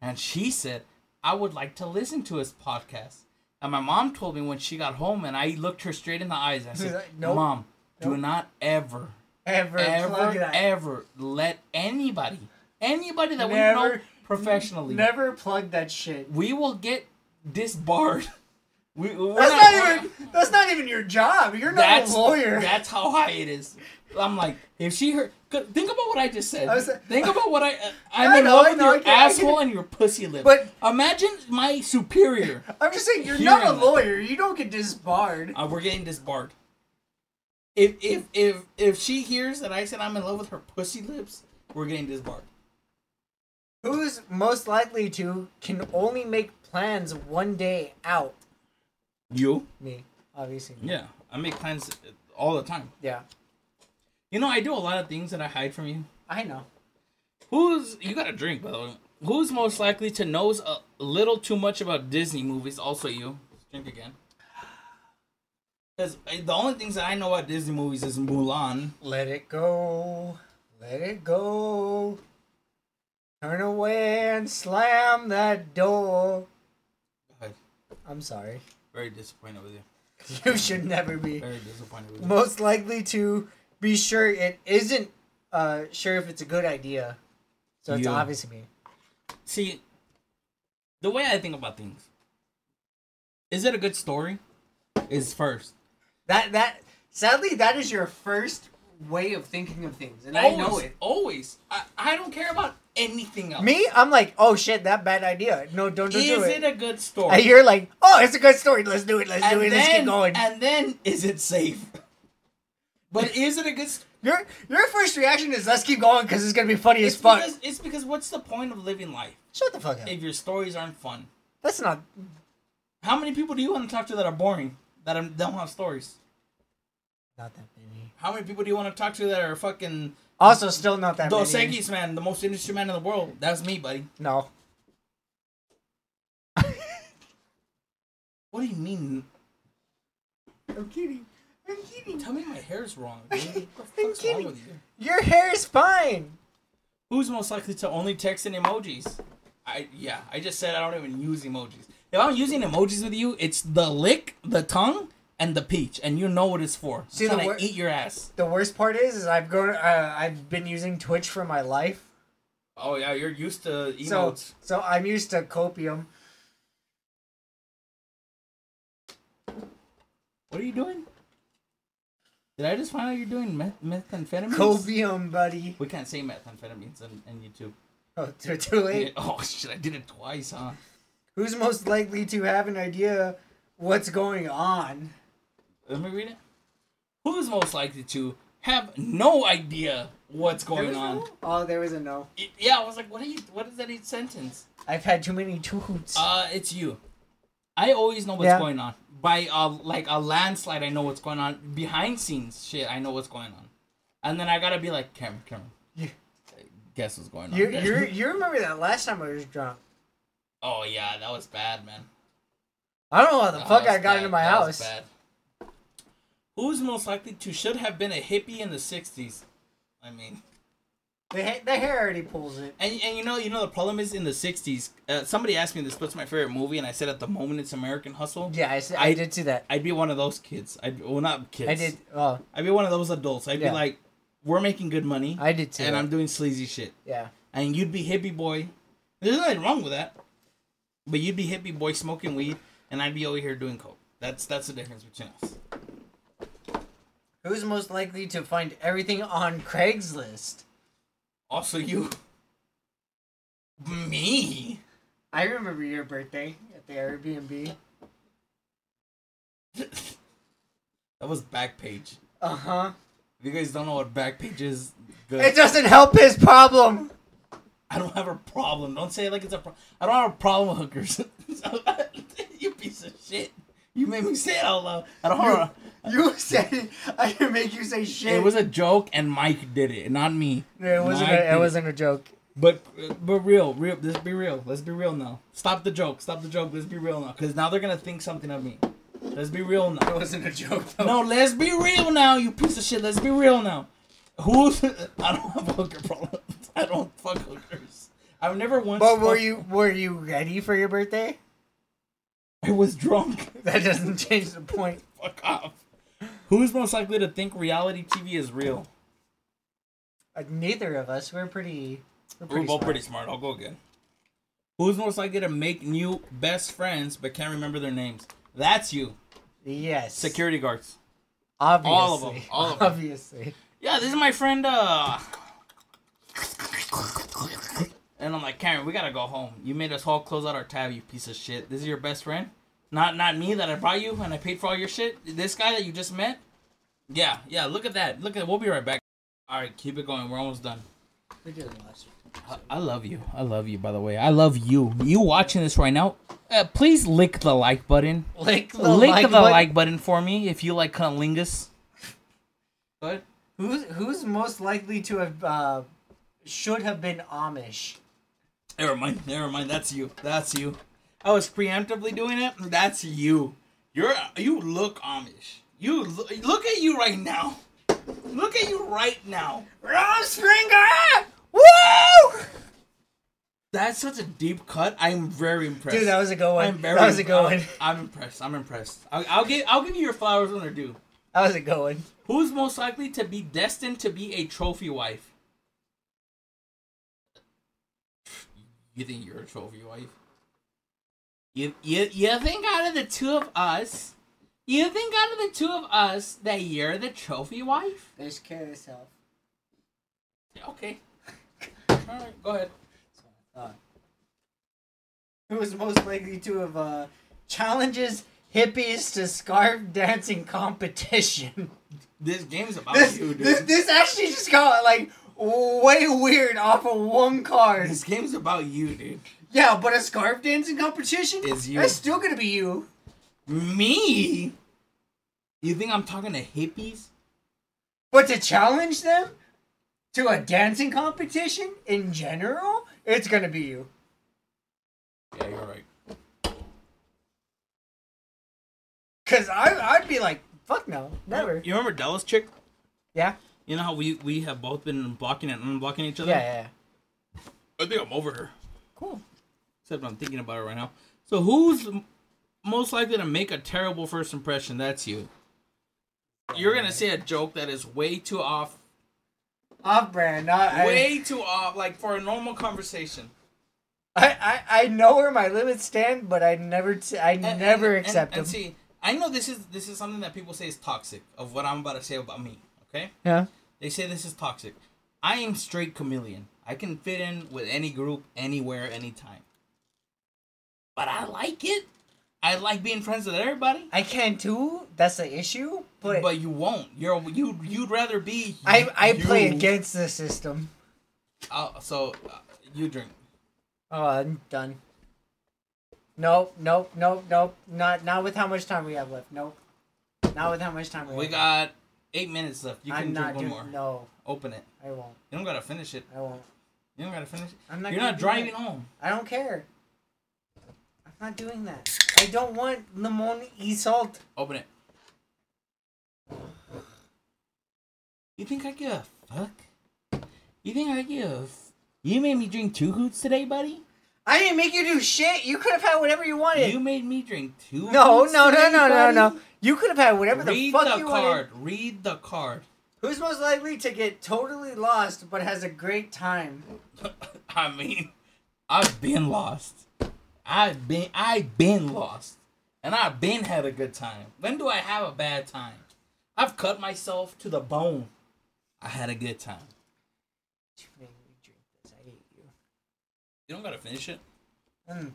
Speaker 1: And she said, "I would like to listen to his podcast." And my mom told me when she got home, and I looked her straight in the eyes. And I said,
Speaker 2: like, "Nope.
Speaker 1: "Mom, do
Speaker 2: Nope.
Speaker 1: not ever,
Speaker 2: Ever, plug
Speaker 1: ever,
Speaker 2: that.
Speaker 1: ever let anybody, anybody that we know
Speaker 2: Never-
Speaker 1: professionally,
Speaker 2: Never plug that shit.
Speaker 1: we will get disbarred. We, we're
Speaker 2: That's
Speaker 1: not-
Speaker 2: not, even. That's not even your job. You're not
Speaker 1: that's
Speaker 2: a lawyer.
Speaker 1: That's how high it is. I'm like, if she heard, 'cause think about what I just said.
Speaker 2: I was like-
Speaker 1: think about what I. I'm
Speaker 2: I
Speaker 1: in
Speaker 2: know,
Speaker 1: love
Speaker 2: I
Speaker 1: with
Speaker 2: know, I
Speaker 1: your
Speaker 2: can- I
Speaker 1: asshole
Speaker 2: can-
Speaker 1: and your pussy lip.
Speaker 2: But-
Speaker 1: imagine my superior.
Speaker 2: I'm just saying you're
Speaker 1: Hearing
Speaker 2: not a
Speaker 1: that.
Speaker 2: lawyer. You don't get disbarred.
Speaker 1: Uh, we're getting disbarred. If if if if she hears that I said I'm in love with her pussy lips, we're getting disbarred.
Speaker 2: Who's most likely to can only make plans one day out?
Speaker 1: You?
Speaker 2: Me, obviously. me.
Speaker 1: Yeah, I make plans all the time.
Speaker 2: Yeah,
Speaker 1: You know, I do a lot of things that I hide from you.
Speaker 2: I know.
Speaker 1: Who's you got a drink by the way? Who's most likely to knows a little too much about Disney movies? Also, you drink again. Because the only things that I know about Disney movies is Mulan.
Speaker 2: Let it go. Let it go. Turn away and slam that door.
Speaker 1: God,
Speaker 2: I'm sorry.
Speaker 1: Very disappointed with you.
Speaker 2: You should never be.
Speaker 1: Very disappointed with you.
Speaker 2: Most likely to be sure it isn't uh, sure if it's a good idea. So it's
Speaker 1: You.
Speaker 2: obviously me.
Speaker 1: See, the way I think about things, is it a good story? Is first.
Speaker 2: That that sadly that is your first way of thinking of things, and I know
Speaker 1: Always,
Speaker 2: it.
Speaker 1: Always. I, I don't care about anything else.
Speaker 2: Me, I'm like, oh shit, that bad idea. No, don't, don't
Speaker 1: Is
Speaker 2: do
Speaker 1: it
Speaker 2: it.
Speaker 1: a good story?
Speaker 2: And you're like, oh, it's a good story. Let's do it. Let's
Speaker 1: and
Speaker 2: do it.
Speaker 1: then,
Speaker 2: Let's keep going.
Speaker 1: And then, is it safe? But is it a good? St-
Speaker 2: Your your first reaction is let's keep going because it's gonna be funny
Speaker 1: it's
Speaker 2: as fuck.
Speaker 1: because it's because what's the point of living life
Speaker 2: Shut the fuck up.
Speaker 1: if your stories aren't fun?
Speaker 2: That's not.
Speaker 1: How many people do you want to talk to that are boring that are, don't have stories?
Speaker 2: Not that many.
Speaker 1: How many people do you want to talk to that are fucking
Speaker 2: Also, still not that
Speaker 1: Dos
Speaker 2: many.
Speaker 1: Equis man, the most industry man in the world? That's me, buddy.
Speaker 2: No.
Speaker 1: What do you mean?
Speaker 2: I'm kidding. I'm kidding.
Speaker 1: Tell me my hair's wrong. dude. What the
Speaker 2: I'm
Speaker 1: fuck's wrong
Speaker 2: kidding.
Speaker 1: with you?
Speaker 2: Your hair is fine.
Speaker 1: Who's most likely to only text in emojis? I yeah, I just said I don't even use emojis. If I'm using emojis with you, it's the lick, the tongue, and the peach, and you know what it's for.
Speaker 2: See,
Speaker 1: See,
Speaker 2: the
Speaker 1: to
Speaker 2: wor-
Speaker 1: eat your ass.
Speaker 2: The worst part is, is I've grown. Uh, I've been using Twitch for my life,
Speaker 1: Oh yeah, you're used to
Speaker 2: so
Speaker 1: emotes.
Speaker 2: so I'm used to copium.
Speaker 1: what are you doing? Did I just find out you're doing meth- methamphetamines?
Speaker 2: Copium, buddy.
Speaker 1: We can't say methamphetamines on, on YouTube.
Speaker 2: Oh, too, too late.
Speaker 1: Yeah, Oh shit, I did it twice, huh?
Speaker 2: Who's most likely to have an idea what's going on?
Speaker 1: Let me read it. Who's most likely to have no idea what's going on?
Speaker 2: Oh, there was a no.
Speaker 1: Y- Yeah, I was like, what are you? What is that each sentence?
Speaker 2: I've had too many toots.
Speaker 1: Uh, it's you. I always know what's
Speaker 2: Yeah.
Speaker 1: going on by uh like a landslide. I know what's going on behind scenes. Shit, I know what's going on, and then I gotta be like, Cameron, Cameron,
Speaker 2: Yeah.
Speaker 1: guess what's going on?
Speaker 2: you you you remember that last time I was drunk?
Speaker 1: oh yeah, that was bad, man.
Speaker 2: I don't know how the
Speaker 1: That
Speaker 2: fuck
Speaker 1: was
Speaker 2: I got
Speaker 1: bad.
Speaker 2: into my
Speaker 1: That was
Speaker 2: house.
Speaker 1: bad. Who's most likely to should have been a hippie in the '60s? I mean.
Speaker 2: The, ha- the hair already pulls it.
Speaker 1: And, and you know you know the problem is in the '60s. Uh, somebody asked me this what's my favorite movie, and I said at the moment it's American Hustle.
Speaker 2: Yeah, I, s- I
Speaker 1: I-
Speaker 2: did see that.
Speaker 1: I'd be one of those kids. I'd well not kids.
Speaker 2: I did. Oh,
Speaker 1: I'd be one of those adults. I'd
Speaker 2: Yeah.
Speaker 1: be like, we're making good money,
Speaker 2: I did too.
Speaker 1: and I'm doing sleazy shit,
Speaker 2: yeah.
Speaker 1: and you'd be hippie boy. There's nothing wrong with that, but you'd be hippie boy smoking weed, and I'd be over here doing coke. That's that's the difference between us.
Speaker 2: Who's most likely to find everything on Craigslist?
Speaker 1: Also, you, me.
Speaker 2: I remember your birthday at the Airbnb.
Speaker 1: that was Backpage.
Speaker 2: Uh huh.
Speaker 1: If you guys don't know what Backpage is, good.
Speaker 2: It doesn't help his problem.
Speaker 1: I don't have a problem. Don't say it like it's a pro- I don't have a problem with hookers. So, you piece of shit. You made me say it out loud. I don't have a-
Speaker 2: You said it. I didn't make you say shit.
Speaker 1: It was a joke, and Mike did it, not me.
Speaker 2: It wasn't.
Speaker 1: Mike
Speaker 2: A,
Speaker 1: did
Speaker 2: it wasn't a joke.
Speaker 1: But but real, real. Let's be real. Let's be real now. Stop the joke. Stop the joke. Let's be real now, because now they're gonna think something of me. Let's be real now.
Speaker 2: It wasn't a joke.
Speaker 1: No, let's be real now, you piece of shit. Let's be real now. Who's? I don't have a hooker problem. I don't fuck hookers. I've never once.
Speaker 2: But were
Speaker 1: fucked-
Speaker 2: you were you ready for your birthday?
Speaker 1: I was drunk.
Speaker 2: That doesn't change the point.
Speaker 1: Fuck off. Who's most likely to think reality TV is real?
Speaker 2: Uh, neither of us. We're pretty. We're
Speaker 1: We're
Speaker 2: pretty.
Speaker 1: both
Speaker 2: smart.
Speaker 1: pretty smart. I'll go again. Who's most likely to make new best friends but can't remember their names? That's you.
Speaker 2: Yes.
Speaker 1: Security guards.
Speaker 2: Obviously.
Speaker 1: all of 'em, all of 'em.
Speaker 2: Obviously.
Speaker 1: Yeah, this is my friend. uh... And I'm like, Karen, we gotta go home. You made us all close out our tab, you piece of shit. This is your best friend? Not not me that I brought you and I paid for all your shit? This guy that you just met? Yeah, yeah, look at that. Look at We'll be right back. Alright, keep it going. We're almost done.
Speaker 3: We did it last week.
Speaker 1: I- I love you. I love you, by the way. I love you. You watching this right now, uh, please lick the like button.
Speaker 2: Lick the
Speaker 1: lick
Speaker 2: like
Speaker 1: the
Speaker 2: button.
Speaker 1: like button for me if you like cunnilingus. Go ahead.
Speaker 2: Who's who's most likely to have uh, should have been Amish?
Speaker 1: Never mind. Never mind. That's you. That's you. I was preemptively doing it. That's you. You're you look Amish. You lo- look at you right now. Look at you right now.
Speaker 2: Rob Springer! Woo!
Speaker 1: That's such a deep cut. I'm very impressed.
Speaker 2: Dude, that was a good one.
Speaker 1: I'm very.
Speaker 2: that was a good
Speaker 1: I'm-
Speaker 2: one.
Speaker 1: I'm impressed. I'm impressed. I'll, I'll give I'll give you your flowers when they're due.
Speaker 2: That was a good one.
Speaker 1: Who's most likely to be destined to be a trophy wife? You think you're a trophy wife? You, you, you think out of the two of us, you think out of the two of us that you're the trophy wife?
Speaker 3: They just carry this out.
Speaker 1: Yeah, Okay. Alright, go ahead.
Speaker 2: Who was most likely to have uh, challenges hippies to scarf dancing competition?
Speaker 1: This game's about
Speaker 2: this,
Speaker 1: you, dude.
Speaker 2: this this actually just got like way weird off of one card.
Speaker 1: this game's about you, dude.
Speaker 2: Yeah, but a scarf dancing competition
Speaker 1: Is you.
Speaker 2: That's still gonna be you.
Speaker 1: Me? You think I'm talking to hippies?
Speaker 2: But to challenge them to a dancing competition in general, it's gonna be you.
Speaker 1: Yeah, you're right.
Speaker 2: Cause I I'd be like, fuck no, never.
Speaker 1: You remember Dallas chick?
Speaker 2: Yeah.
Speaker 1: You know how we we have both been blocking and unblocking each
Speaker 2: Yeah,
Speaker 1: other.
Speaker 2: yeah. yeah.
Speaker 1: I think I'm over her.
Speaker 2: Cool.
Speaker 1: Except I'm thinking about it right now. So who's m- most likely to make a terrible first impression? That's you. You're gonna say a joke that is way too off,
Speaker 2: Off brand. Not, I,
Speaker 1: way too off, like for a normal conversation.
Speaker 2: I, I I know where my limits stand, but I never t- I
Speaker 1: And-
Speaker 2: never
Speaker 1: and-
Speaker 2: accept
Speaker 1: and, and
Speaker 2: them.
Speaker 1: see, I know this is this is something that people say is toxic of what I'm about to say about me. Okay,
Speaker 2: Yeah.
Speaker 1: they say this is toxic. I am straight chameleon. I can fit in with any group, anywhere, anytime. But I like it. I like being friends with everybody.
Speaker 2: I can too. That's the issue. But,
Speaker 1: But, you won't. You're you you'd rather be.
Speaker 2: I I play
Speaker 1: you.
Speaker 2: against the system.
Speaker 1: Uh, so uh, you drink.
Speaker 2: Oh, I'm done. Nope, nope, nope, nope. Not not with how much time we have left. Nope. Not with how much time we,
Speaker 1: We
Speaker 2: have.
Speaker 1: got eight minutes left. You can
Speaker 2: I'm not
Speaker 1: drink one more.
Speaker 2: doing. No,
Speaker 1: Open it.
Speaker 2: I won't.
Speaker 1: You don't gotta finish it.
Speaker 2: I won't.
Speaker 1: You don't gotta finish it.
Speaker 2: I'm not.
Speaker 1: You're
Speaker 2: gonna
Speaker 1: not
Speaker 2: do that.
Speaker 1: driving home.
Speaker 2: I don't care. I'm not doing that. I don't want lemon e salt.
Speaker 1: Open it. You think I give a fuck? You think I give? a f- You made me drink two hoots today, buddy.
Speaker 2: I didn't make you do shit. You could have had whatever you wanted.
Speaker 1: You made me drink two.
Speaker 2: no,
Speaker 1: hoots
Speaker 2: no, no,
Speaker 1: today,
Speaker 2: no, no,
Speaker 1: buddy?
Speaker 2: no. You could have had whatever the
Speaker 1: Read
Speaker 2: fuck
Speaker 1: the
Speaker 2: you wanted.
Speaker 1: card. Read the card.
Speaker 2: Who's most likely to get totally lost but has a great time?
Speaker 1: I mean, I've been lost. I've been I've been lost. And I've been had a good time. When do I have a bad time? I've cut myself to the bone. I had a good time.
Speaker 2: You made me drink this. I hate you.
Speaker 1: You don't gotta finish it.
Speaker 2: Mm.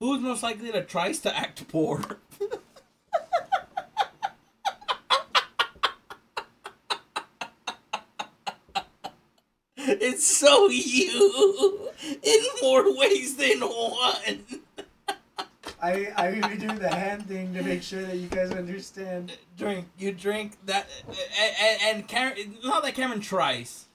Speaker 1: Who's most likely to tries to act poor? it's so you in more ways than one.
Speaker 2: I I even do the hand thing to make sure that you guys understand.
Speaker 1: Drink, you drink that, and, and Cameron. Not that Cameron tries.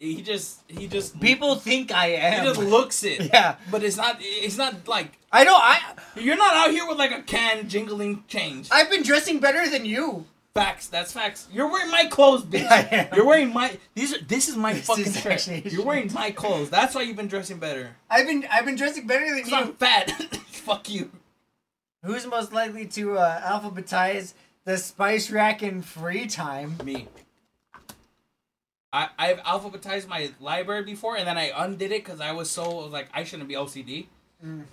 Speaker 1: He just, he just,
Speaker 2: People think I
Speaker 1: he
Speaker 2: am.
Speaker 1: just looks it.
Speaker 2: Yeah.
Speaker 1: but it's not. It's not like
Speaker 2: I know. I
Speaker 1: you're not out here with like a can jingling change.
Speaker 2: I've been dressing better than you.
Speaker 1: Facts. That's facts. You're wearing my clothes, bitch.
Speaker 2: I am.
Speaker 1: You're wearing my. These are. This is my
Speaker 2: This
Speaker 1: fucking
Speaker 2: is
Speaker 1: shirt.
Speaker 2: actually his
Speaker 1: You're wearing my clothes. That's why you've been dressing better.
Speaker 2: I've been I've been dressing better than
Speaker 1: 'Cause I'm
Speaker 2: you.
Speaker 1: fat. Fuck you.
Speaker 2: Who's most likely to uh, alphabetize the spice rack in free time?
Speaker 1: Me. I I've alphabetized my library before, and then I undid it because I was so like I shouldn't be OCD.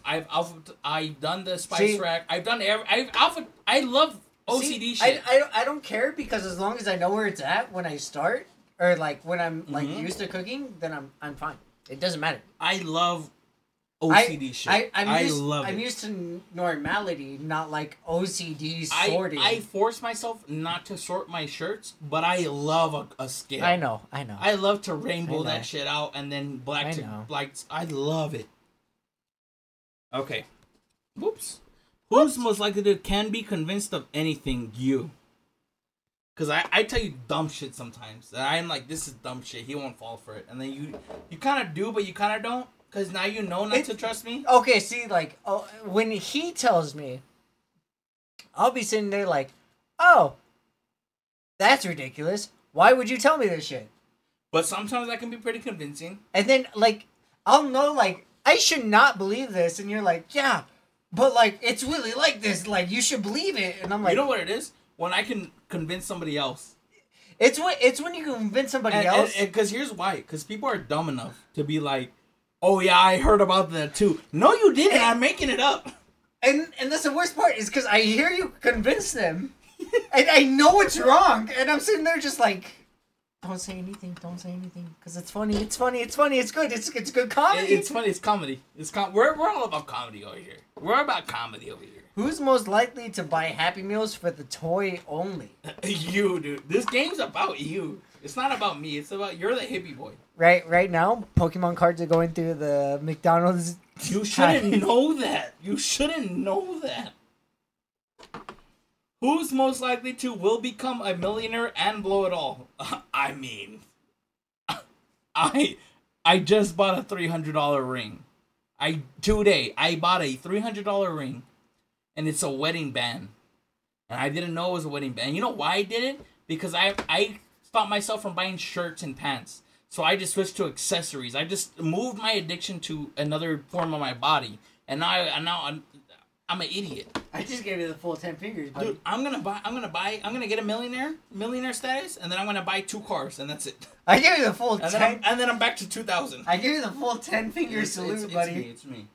Speaker 1: I've alpha, I've done the spice
Speaker 2: Mm. See-
Speaker 1: rack. I've done every. I've alpha. I love OCD
Speaker 2: See,
Speaker 1: shit.
Speaker 2: I, I, don't- I don't care because as long as I know where it's at when I start or like when I'm like
Speaker 1: Mhm.
Speaker 2: used to cooking, then I'm I'm fine. It doesn't matter.
Speaker 1: I, love
Speaker 2: I-
Speaker 1: OCD shit.
Speaker 2: I, I'm
Speaker 1: I
Speaker 2: used,
Speaker 1: love
Speaker 2: I'm
Speaker 1: it.
Speaker 2: used to normality, not like OCD
Speaker 1: I,
Speaker 2: sorting.
Speaker 1: I force myself not to sort my shirts, but I love a, a scale.
Speaker 2: I know, I know.
Speaker 1: I love to rainbow
Speaker 2: know.
Speaker 1: that shit out and then black
Speaker 2: I
Speaker 1: to
Speaker 2: know.
Speaker 1: black. I love it. Okay. Whoops. Who's most likely to can be convinced of anything? You. Cause I, I tell you dumb shit sometimes. And I'm like, this is dumb shit. He won't fall for it. And then you you kind of do, but you kind of don't. Cause now you know not
Speaker 2: It-
Speaker 1: to trust me.
Speaker 2: okay, see, like oh, when he tells me, I'll be sitting there like, oh, that's ridiculous. Why would you tell me this shit?
Speaker 1: But sometimes that can be pretty convincing.
Speaker 2: And then like I'll know like I should not believe this, and you're like, yeah, but like it's really like this. Like you should believe it, and I'm like,
Speaker 1: you know what it is? When I can convince somebody else.
Speaker 2: it's when it's when you convince somebody else.
Speaker 1: Because here's why. Because people are dumb enough to be like, "Oh yeah, I heard about that too." No, you didn't. I'm making it up.
Speaker 2: And and that's the worst part is because I hear you convince them, and I know it's wrong, and I'm sitting there just like, don't say anything, don't say anything, because it's funny, it's funny, it's funny, it's good, it's it's good
Speaker 1: It-
Speaker 2: comedy.
Speaker 1: it's funny. It's comedy. It's com- we're we're all about comedy over here. We're about comedy over here.
Speaker 2: Who's most likely to buy Happy Meals for the toy only?
Speaker 1: you dude, this game's about you. It's not about me. It's about you're the hippie boy.
Speaker 2: Right right now, Pokemon cards are going through the McDonald's.
Speaker 1: You shouldn't know that. You shouldn't know that. Who's most likely to will become a millionaire and blow it all? I mean, I I just bought a three hundred dollar ring. I today I bought a three hundred dollar ring, and it's a wedding band, and I didn't know it was a wedding band. You know why I did it? Because I I stopped myself from buying shirts and pants, so I just switched to accessories. I just moved my addiction to another form of my body, and now I, and now I'm, I'm an idiot.
Speaker 3: I just gave you the full ten fingers, buddy.
Speaker 1: Dude, I'm gonna buy. I'm gonna buy. I'm gonna get a millionaire, millionaire status, and then I'm gonna buy two cars, and that's it.
Speaker 2: I give you the full
Speaker 1: And then I'm,
Speaker 2: ten.
Speaker 1: and then I'm back to two thousand.
Speaker 2: I give you the full ten finger salute,
Speaker 1: it's,
Speaker 2: buddy.
Speaker 1: me. It's me.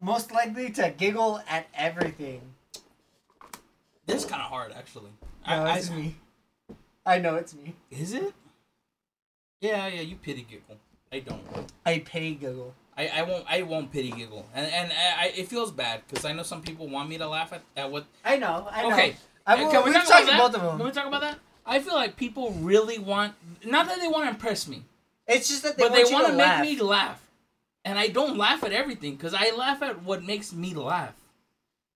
Speaker 2: Most likely to giggle at everything.
Speaker 1: This is kind of hard, actually.
Speaker 2: No, it's me. I know it's me.
Speaker 1: Is it? Yeah, yeah. You pity giggle. I don't.
Speaker 2: I pay giggle.
Speaker 1: I, I won't. I won't pity giggle, and and I, I, it feels bad because I know some people want me to laugh at, at what.
Speaker 2: I know. I know.
Speaker 1: Okay.
Speaker 2: I
Speaker 1: Uh,
Speaker 2: will,
Speaker 1: can
Speaker 2: we
Speaker 1: we
Speaker 2: have
Speaker 1: talk about
Speaker 2: talked
Speaker 1: that?
Speaker 2: about both of
Speaker 1: Can we
Speaker 2: them.
Speaker 1: talk about that? I feel like people really want. Not that they want to impress me,
Speaker 2: It's just that they
Speaker 1: but
Speaker 2: want
Speaker 1: they
Speaker 2: you
Speaker 1: want
Speaker 2: to
Speaker 1: to
Speaker 2: laugh.
Speaker 1: make me laugh, and I don't laugh at everything because I laugh at what makes me laugh.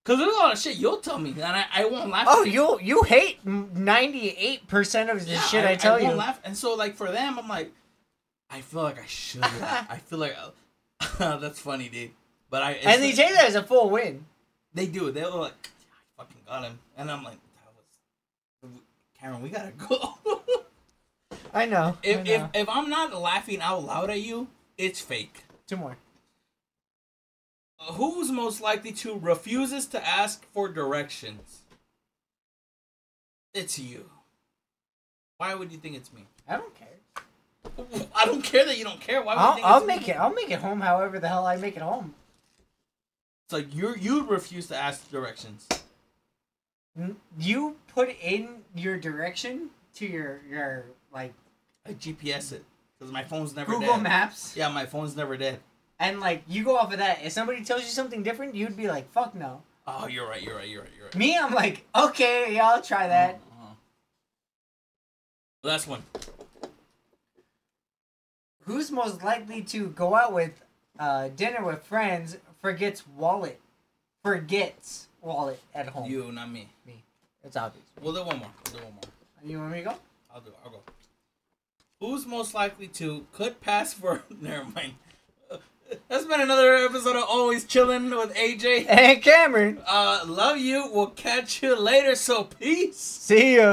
Speaker 1: Cause there's a lot of shit you'll tell me, and I, I won't laugh.
Speaker 2: Oh,
Speaker 1: at it.
Speaker 2: you you hate ninety eight percent of the
Speaker 1: Yeah,
Speaker 2: shit I, tell
Speaker 1: won't
Speaker 2: you.
Speaker 1: Laugh. And so like for them, I'm like, I feel like I should. laugh. I feel like that's funny, dude. But I it's
Speaker 2: and they
Speaker 1: like-
Speaker 2: take that as a full win.
Speaker 1: They do. They're like, I fucking got him, and I'm like, that was Karen. We gotta go.
Speaker 2: I know. I
Speaker 1: if, if
Speaker 2: know.
Speaker 1: if I'm not laughing out loud at you, it's fake.
Speaker 2: Two more.
Speaker 1: Uh, Who's most likely to refuses to ask for directions? It's you. Why would you think it's me?
Speaker 2: I don't care.
Speaker 1: I don't care that you don't care. Why would you
Speaker 2: I'll,
Speaker 1: think
Speaker 2: I'll
Speaker 1: it's me?
Speaker 2: make it. I'll make it home. However the hell I make it home.
Speaker 1: It's like you you refuse to ask directions.
Speaker 2: N- You put in your direction to your your like
Speaker 1: I GPS it because my phone's never
Speaker 2: Google
Speaker 1: dead.
Speaker 2: Maps.
Speaker 1: Yeah, my phone's never dead.
Speaker 2: And like you go off of that. If somebody tells you something different, you'd be like, "Fuck no."
Speaker 1: Oh, you're right. You're right. You're right. You're right.
Speaker 2: Me, I'm like, "Okay, yeah, I'll try that."
Speaker 1: Uh-huh. Last one.
Speaker 2: Who's most likely to go out with uh, dinner with friends forgets wallet, forgets wallet at home?
Speaker 1: You, not me.
Speaker 2: It's obvious.
Speaker 1: We'll do one more. We'll do one more.
Speaker 2: You want me to go?
Speaker 1: I'll do. I'll go. Who's most likely to could pass for? Never mind. That's been another episode of Always Chilling with AJ.
Speaker 2: Hey, Cameron.
Speaker 1: Uh, love you. We'll catch you later. So peace.
Speaker 2: See ya.